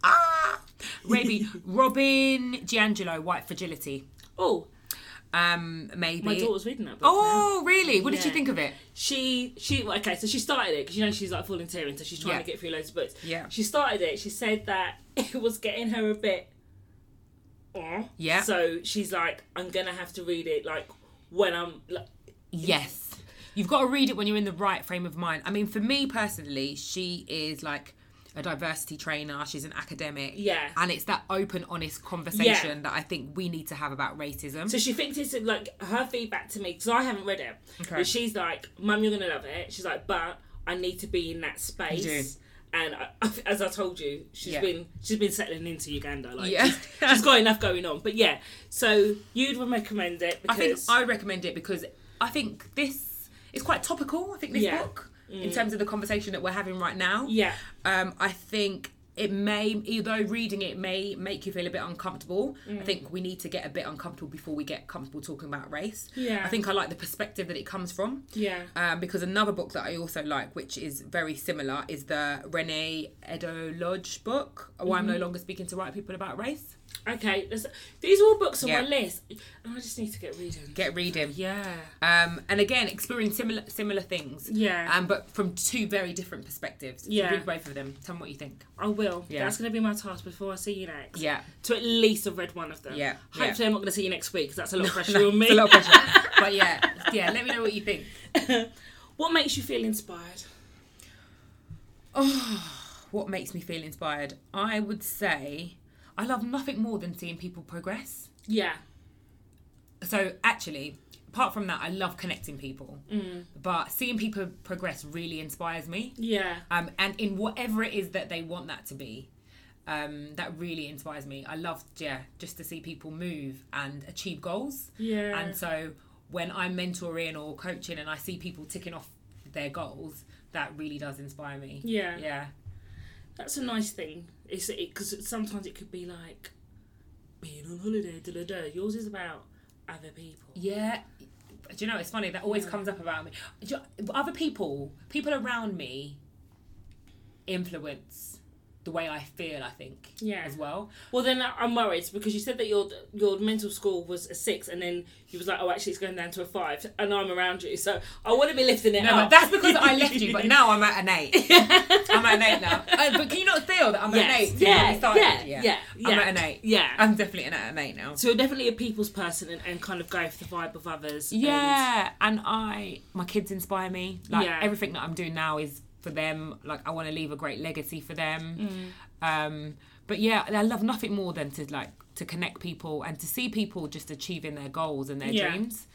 Speaker 2: ah, maybe Robin D'Angelo, White Fragility,
Speaker 1: Oh,
Speaker 2: um, maybe.
Speaker 1: my daughter's reading that book. now.
Speaker 2: oh, really? What did you
Speaker 1: Yeah.
Speaker 2: think of it?
Speaker 1: she she well, okay so she started it because you know she's like volunteering so she's trying
Speaker 2: Mm-hmm. Yeah.
Speaker 1: to get through loads of books
Speaker 2: Yeah.
Speaker 1: she started it she said that it was getting her a bit "Eh."
Speaker 2: Yeah.
Speaker 1: so she's like i'm gonna have to read it like when i'm like
Speaker 2: Yes. You've got to read it when you're in the right frame of mind. I mean, for me personally, she is like a diversity trainer, she's an academic.
Speaker 1: Yeah.
Speaker 2: And it's that open, honest conversation that I think we need to have about racism.
Speaker 1: so she thinks it's like her feedback to me because i haven't read it
Speaker 2: Okay.
Speaker 1: but she's like mum you're gonna love it she's like but i need to be in that space
Speaker 2: You do.
Speaker 1: And I, as I told you, she's
Speaker 2: Yeah.
Speaker 1: been she's been settling into Uganda. Like
Speaker 2: Yeah.
Speaker 1: she's, she's got enough going on. But yeah, so you'd recommend it
Speaker 2: I think
Speaker 1: because
Speaker 2: I would recommend it because I think this is quite topical. I think this
Speaker 1: Yeah. Mm.
Speaker 2: book, in terms of the conversation that we're having right now.
Speaker 1: yeah,
Speaker 2: Um, I think it may, although reading it may make you feel a bit uncomfortable.
Speaker 1: Mm.
Speaker 2: I think we need to get a bit uncomfortable before we get comfortable talking about race.
Speaker 1: Yeah.
Speaker 2: I think I like the perspective that it comes from.
Speaker 1: Yeah.
Speaker 2: Um, because another book that I also like, which is very similar, is the Renee Edo Lodge book, Why
Speaker 1: Mm-hmm.
Speaker 2: I'm No Longer Speaking to White People About Race.
Speaker 1: Okay, let's, these are all books on
Speaker 2: Yeah.
Speaker 1: my list. I just need to get reading.
Speaker 2: Get reading.
Speaker 1: Yeah.
Speaker 2: um, and again exploring similar similar things.
Speaker 1: Yeah.
Speaker 2: Um, but from two very different perspectives.
Speaker 1: Yeah.
Speaker 2: Read both of them. Tell me what you think.
Speaker 1: I will.
Speaker 2: Yeah.
Speaker 1: That's going to be my task before I see you next.
Speaker 2: Yeah.
Speaker 1: To at least have read one of them.
Speaker 2: Yeah, yeah.
Speaker 1: Hopefully, I'm not going to see you next week because that's a lot of pressure
Speaker 2: No,
Speaker 1: on me.
Speaker 2: It's a lot of pressure. but yeah, yeah. Let me know what you think.
Speaker 1: what makes you feel inspired?
Speaker 2: What makes me feel inspired? I would say I love nothing more than seeing people progress.
Speaker 1: Yeah.
Speaker 2: so actually apart from that i love connecting people
Speaker 1: Mm.
Speaker 2: but seeing people progress really inspires me
Speaker 1: Yeah.
Speaker 2: um, and in whatever it is that they want that to be um, that really inspires me i love yeah just to see people move and achieve goals
Speaker 1: Yeah.
Speaker 2: and so when i'm mentoring or coaching and i see people ticking off their goals that really does inspire me
Speaker 1: Yeah.
Speaker 2: yeah
Speaker 1: That's a nice thing. It's because sometimes it could be like being on holiday. Da, da, da. Yours is about other people.
Speaker 2: Yeah. Do you know it's funny that always comes up about me. Do you- other people, people around me, influence the
Speaker 1: the way I feel. I think.
Speaker 3: Yeah.
Speaker 1: As well. Well, then I- I'm worried because you said that your your mental score was a six, and then you was like, oh, actually, it's going down to a five, and I'm around you, so I want to be lifting it
Speaker 2: No,
Speaker 1: up.
Speaker 2: but that's because I left you, but now I'm at an eight. I'm at an eight now. Uh, but can you not feel that I'm at an
Speaker 1: Yes.
Speaker 2: eight?
Speaker 1: Yeah,
Speaker 2: We started,
Speaker 1: yeah, yeah,
Speaker 2: I'm
Speaker 1: yeah.
Speaker 2: at an eight.
Speaker 1: Yeah.
Speaker 2: I'm definitely an- at an eight now.
Speaker 1: So you're definitely a people's person and, and kind of go for the vibe of others. and-
Speaker 2: Yeah, and I, my kids inspire me. Like
Speaker 1: Yeah.
Speaker 2: everything that I'm doing now is for them. Like I want to leave a great legacy for them. Um, but yeah, I love nothing more than to like to connect people and to see people just achieving their goals and their
Speaker 1: Yeah.
Speaker 2: dreams.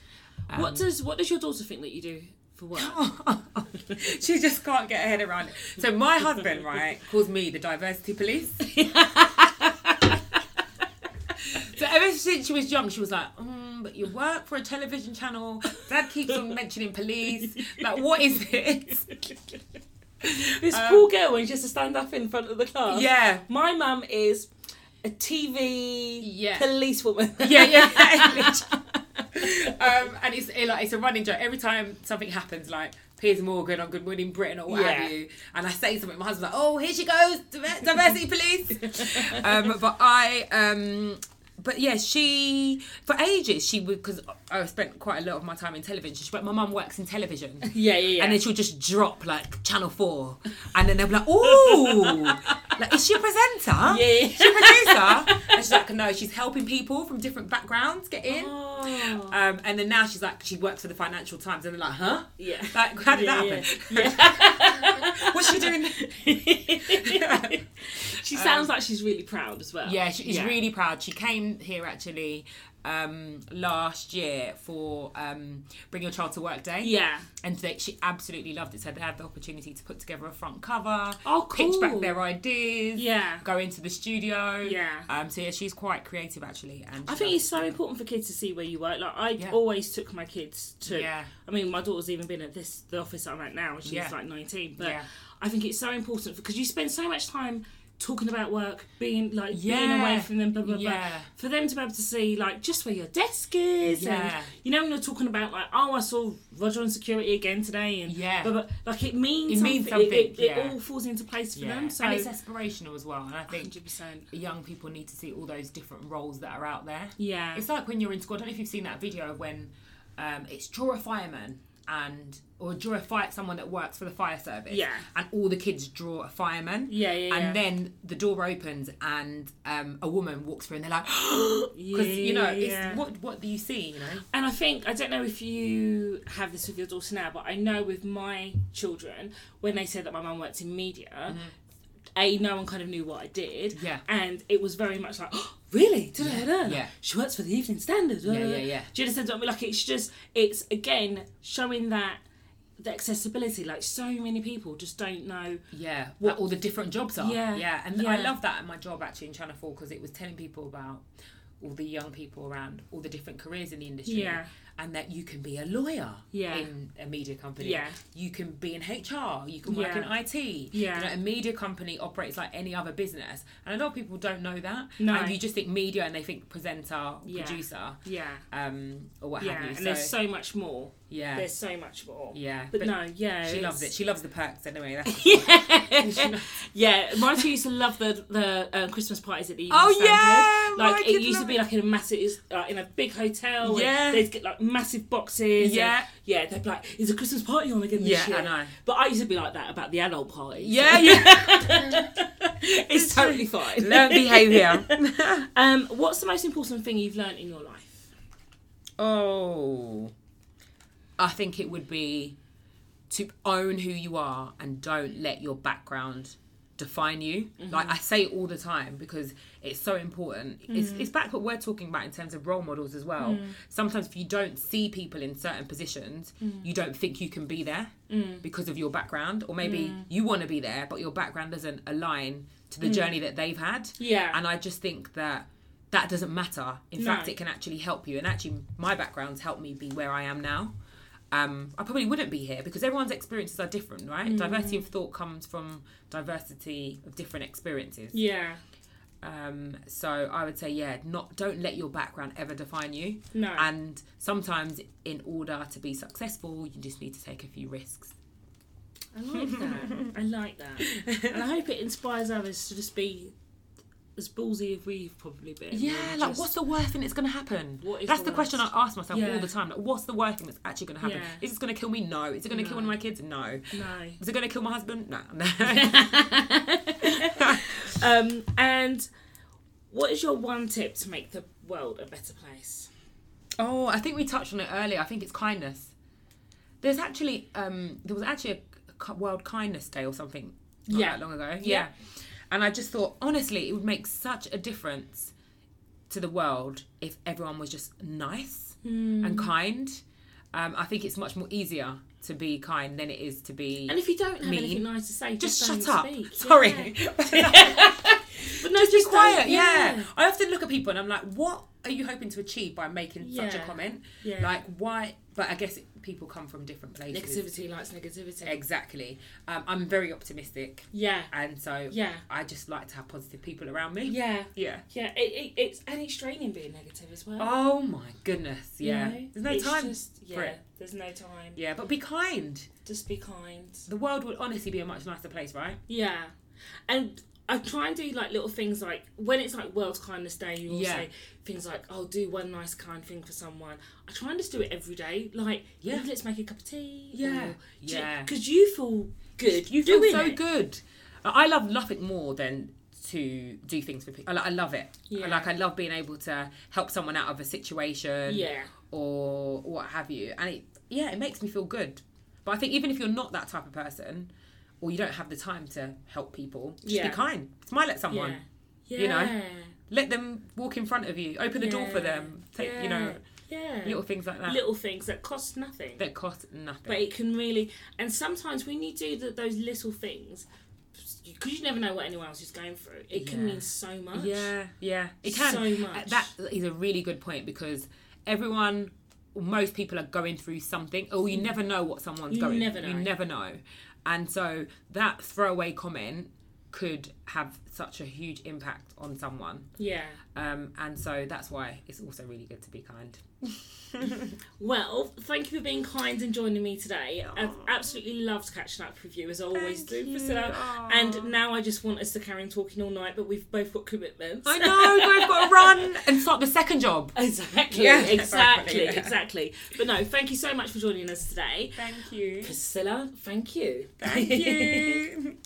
Speaker 1: what does what does your daughter think that you do for work?
Speaker 2: she just can't get her head around it. So my husband, right, calls me the diversity police. So ever since she was young, she was like, mm, "But you work for a television channel. Dad keeps on mentioning police. Like, what is this?"
Speaker 1: this poor girl when she has to stand up in front of the class.
Speaker 2: Yeah,
Speaker 1: My mum is a TV
Speaker 2: Yeah.
Speaker 1: policewoman.
Speaker 2: yeah, yeah. um, and it's it, like it's a running joke. Every time something happens, like Piers Morgan on Good Morning Britain or what
Speaker 1: Yeah.
Speaker 2: have you, and I say something, my husband's like, "Oh, here she goes, diver- diversity police." um, but I, um, but yeah, she for ages she would because I spent quite a lot of my time in television. She went, "My mum works in television."
Speaker 1: yeah, yeah, yeah.
Speaker 2: And then she'll just drop like Channel Four, and then they'll be like, "Ooh, like is she a presenter?
Speaker 1: Yeah, yeah.
Speaker 2: Is she a producer?" And she's like, "No, she's helping people from different backgrounds get in."
Speaker 1: Oh.
Speaker 2: Um, and then now she's like, she works for the Financial Times, and they're like, "Huh?
Speaker 1: Yeah.
Speaker 2: Like, how did
Speaker 1: Yeah,
Speaker 2: that
Speaker 1: yeah.
Speaker 2: happen? What's she doing?"
Speaker 1: she sounds like she's really proud as well.
Speaker 2: Yeah, she, she's really proud. She came here actually um last year for um bring your child to work day
Speaker 1: Yeah.
Speaker 2: and they, she absolutely loved it so they had the opportunity to put together a front cover
Speaker 1: Oh,
Speaker 2: pitch back
Speaker 1: cool.
Speaker 2: their ideas
Speaker 1: Yeah.
Speaker 2: go into the studio
Speaker 1: Yeah.
Speaker 2: um so yeah she's quite creative actually and
Speaker 1: I
Speaker 2: she
Speaker 1: think
Speaker 2: loves
Speaker 1: it's so important for kids to see where you work. Like I
Speaker 2: Yeah.
Speaker 1: always took my kids to.
Speaker 2: Yeah.
Speaker 1: I mean, my daughter's even been at this the office that I'm at now, and she's
Speaker 2: Yeah.
Speaker 1: like 19. But
Speaker 2: Yeah.
Speaker 1: I think it's so important because you spend so much time talking about work, being like being
Speaker 2: Yeah.
Speaker 1: away from them, blah blah blah.
Speaker 2: Yeah.
Speaker 1: For them to be able to see like just where your desk is,
Speaker 2: Yeah.
Speaker 1: and you know when you're talking about like oh I saw Roger on security again today, and
Speaker 2: Yeah.
Speaker 1: blah, blah, like it means
Speaker 2: It means
Speaker 1: It, it,
Speaker 2: something,
Speaker 1: it
Speaker 2: yeah.
Speaker 1: all falls into place for
Speaker 2: yeah.
Speaker 1: them. So
Speaker 2: and it's aspirational as well and I think
Speaker 1: 100%.
Speaker 2: young people need to see all those different roles that are out there
Speaker 1: Yeah.
Speaker 2: It's like when you're in school. I don't know if you've seen that video of when um, it's draw a fireman and or draw a fire someone that works for the fire service.
Speaker 1: Yeah.
Speaker 2: And all the kids draw a fireman.
Speaker 1: Yeah, yeah, yeah.
Speaker 2: And then the door opens and um, a woman walks through and they're like, because you know it's
Speaker 1: Yeah.
Speaker 2: what what do you see? You know.
Speaker 1: And I think I don't know if you have this with your daughter now, but I know with my children when they said that my mum worked in media, a no one kind of knew what I did,
Speaker 2: Mm-hmm. Yeah.
Speaker 1: and it was very much like. "Oh, Really? Da-da-da-da.
Speaker 2: Yeah.
Speaker 1: She works for the Evening Standard.
Speaker 2: Yeah, yeah, yeah.
Speaker 1: Do you understand what I mean? Like, it's just, it's again showing that the accessibility. Like, so many people just don't know.
Speaker 2: Yeah, what all the different jobs are.
Speaker 1: Yeah,
Speaker 2: yeah, and
Speaker 1: yeah.
Speaker 2: I love that at my job actually in Channel Four because it was telling people about all the young people around all the different careers in the industry.
Speaker 1: Yeah.
Speaker 2: and that you can be a lawyer.
Speaker 1: Yeah.
Speaker 2: in a media company.
Speaker 1: Yeah.
Speaker 2: you can be in HR. You can work
Speaker 1: Yeah.
Speaker 2: in IT.
Speaker 1: Yeah.
Speaker 2: you know, a media company operates like any other business, and a lot of people don't know that.
Speaker 1: No.
Speaker 2: and you just think media and they think presenter,
Speaker 1: Yeah.
Speaker 2: producer,
Speaker 1: Yeah.
Speaker 2: um, or what
Speaker 1: Yeah.
Speaker 2: have you.
Speaker 1: And
Speaker 2: so,
Speaker 1: there's so much more.
Speaker 2: yeah,
Speaker 1: There's so much more.
Speaker 2: yeah,
Speaker 1: But, no, yeah.
Speaker 2: She
Speaker 1: it's-
Speaker 2: loves it. She loves the perks anyway. That's
Speaker 1: yeah, yeah. Marty used to love the the um, Christmas parties at the. Evening
Speaker 2: Oh,
Speaker 1: Standard.
Speaker 2: yeah,
Speaker 1: like
Speaker 2: Marty
Speaker 1: it used to
Speaker 2: loved
Speaker 1: be like in a massive, it's, like in a big hotel.
Speaker 2: Yeah.
Speaker 1: and they'd get like massive boxes. and-
Speaker 2: Yeah.
Speaker 1: yeah. They'd be like, "Is a Christmas party on again this
Speaker 2: Yeah,
Speaker 1: year?"
Speaker 2: I know.
Speaker 1: But I used to be like that about the adult parties.
Speaker 2: yeah, yeah.
Speaker 1: it's, totally fine.
Speaker 2: Learn behaviour.
Speaker 1: Um, what's the most important thing you've learned in your life?
Speaker 2: Oh, I think it would be to own who you are and don't let your background define you. Like I say it all the time because it's so important. It's, it's back what we're talking about in terms of role models as well. Sometimes if you don't see people in certain positions, you don't think you can be there because of your background, or maybe you want to be there but your background doesn't align to the journey that they've had.
Speaker 1: Yeah.
Speaker 2: and I just think that that doesn't matter. In
Speaker 1: No.
Speaker 2: fact, it can actually help you. And actually, my background's helped me be where I am now. Um, I probably wouldn't be here because everyone's experiences are different, right? Diversity of thought comes from diversity of different experiences.
Speaker 1: Yeah.
Speaker 2: Um, so I would say, yeah, not don't let your background ever define you.
Speaker 1: No.
Speaker 2: And sometimes, in order to be successful, you just need to take a few risks.
Speaker 1: I like that. I like that. And I hope it inspires others to just be as ballsy as we've probably been.
Speaker 2: Yeah,
Speaker 1: and
Speaker 2: like
Speaker 1: just-
Speaker 2: what's the worst thing that's going to happen?
Speaker 1: What is
Speaker 2: that's
Speaker 1: the
Speaker 2: the, question I
Speaker 1: worst?
Speaker 2: ask myself
Speaker 1: Yeah.
Speaker 2: all the time. Like, what's the worst thing that's actually going to happen?
Speaker 1: Yeah.
Speaker 2: Is this going to kill me? No. Is it going to kill one of my kids? No.
Speaker 1: No.
Speaker 2: Is it going to kill my husband? No.
Speaker 1: um, and what is your one tip to make the world a better place?
Speaker 2: oh, I think we touched on it earlier. I think it's kindness. There's actually um, there was actually a k- World Kindness Day or something. not
Speaker 1: Yeah.
Speaker 2: that long ago. Yeah.
Speaker 1: Yeah.
Speaker 2: and I just thought honestly, it would make such a difference to the world if everyone was just nice and
Speaker 1: Mm.
Speaker 2: kind. Um, I think it's much more easier to be kind than it is to be.
Speaker 1: And if you don't have
Speaker 2: Me?
Speaker 1: anything nice to say, just,
Speaker 2: just
Speaker 1: don't
Speaker 2: shut up.
Speaker 1: Speak.
Speaker 2: Sorry.
Speaker 1: Yeah. But no, just,
Speaker 2: be quiet.
Speaker 1: don't-
Speaker 2: Yeah. I often look at people and I'm like, what are you hoping to achieve by making such a
Speaker 1: Yeah.
Speaker 2: comment?
Speaker 1: Yeah.
Speaker 2: Like, why? But I guess people come from different places.
Speaker 1: Negativity likes negativity.
Speaker 2: Exactly. Um, I'm very optimistic,
Speaker 1: Yeah.
Speaker 2: and so
Speaker 1: Yeah.
Speaker 2: I just like to have positive people around me.
Speaker 1: Yeah.
Speaker 2: Yeah.
Speaker 1: Yeah. It, it, it's and it's draining being negative as well.
Speaker 2: Oh my goodness.
Speaker 1: you
Speaker 2: Yeah.
Speaker 1: know?
Speaker 2: There's no
Speaker 1: It's
Speaker 2: time
Speaker 1: just- yeah,
Speaker 2: for it.
Speaker 1: There's no time.
Speaker 2: Yeah, but be kind.
Speaker 1: Just be kind.
Speaker 2: The world would honestly be a much nicer place, right?
Speaker 1: Yeah, and I try and do like little things like when it's like World Kindness Day, you all
Speaker 2: Yeah.
Speaker 1: say things like, "Oh, do one nice kind thing for someone." I try and just do it every day, like
Speaker 2: Yeah.
Speaker 1: "Ooh, let's make a cup of tea.
Speaker 2: Yeah. Yeah.
Speaker 1: because you feel good.
Speaker 2: You
Speaker 1: You
Speaker 2: feel
Speaker 1: doing
Speaker 2: so
Speaker 1: it.
Speaker 2: good. I I love nothing more than to do things for people. I, I love it.
Speaker 1: Yeah.
Speaker 2: Like I love being able to help someone out of a situation.
Speaker 1: Yeah.
Speaker 2: Or what have you, and it yeah, it makes me feel good. But I think even if you're not that type of person, or you don't have the time to help people, just
Speaker 1: Yeah.
Speaker 2: be kind. Smile at someone.
Speaker 1: Yeah, yeah.
Speaker 2: you know, Let them walk in front of you. Open the door for
Speaker 1: Yeah.
Speaker 2: them. Take you know
Speaker 1: yeah,
Speaker 2: little things like that
Speaker 1: little things that cost nothing.
Speaker 2: that cost nothing.
Speaker 1: but it can really and sometimes when you do the, those little things because you never know what anyone else is going through it can
Speaker 2: Yeah.
Speaker 1: mean so much
Speaker 2: Yeah, yeah, it can. Uh,
Speaker 1: So much.
Speaker 2: That is a really good point because everyone, most people are going through something, or you never know what someone's
Speaker 1: You
Speaker 2: going.
Speaker 1: never
Speaker 2: You
Speaker 1: know.
Speaker 2: never know, and so that throwaway comment could have such a huge impact on someone,
Speaker 1: yeah
Speaker 2: um, and so that's why it's also really good to be kind.
Speaker 1: Well, thank you for being kind and joining me today. I've absolutely loved catching up with you as I always
Speaker 2: Thank
Speaker 1: do,
Speaker 2: you.
Speaker 1: Priscilla.
Speaker 2: Aw.
Speaker 1: And now I just want us to carry on talking all night, but we've both got commitments.
Speaker 2: I know, we've got to run and start the second job.
Speaker 1: Exactly,
Speaker 2: Yeah.
Speaker 1: exactly,
Speaker 2: Yeah.
Speaker 1: exactly. But no, thank you so much for joining us today.
Speaker 2: Thank you.
Speaker 1: Priscilla, thank you.
Speaker 2: Thank you.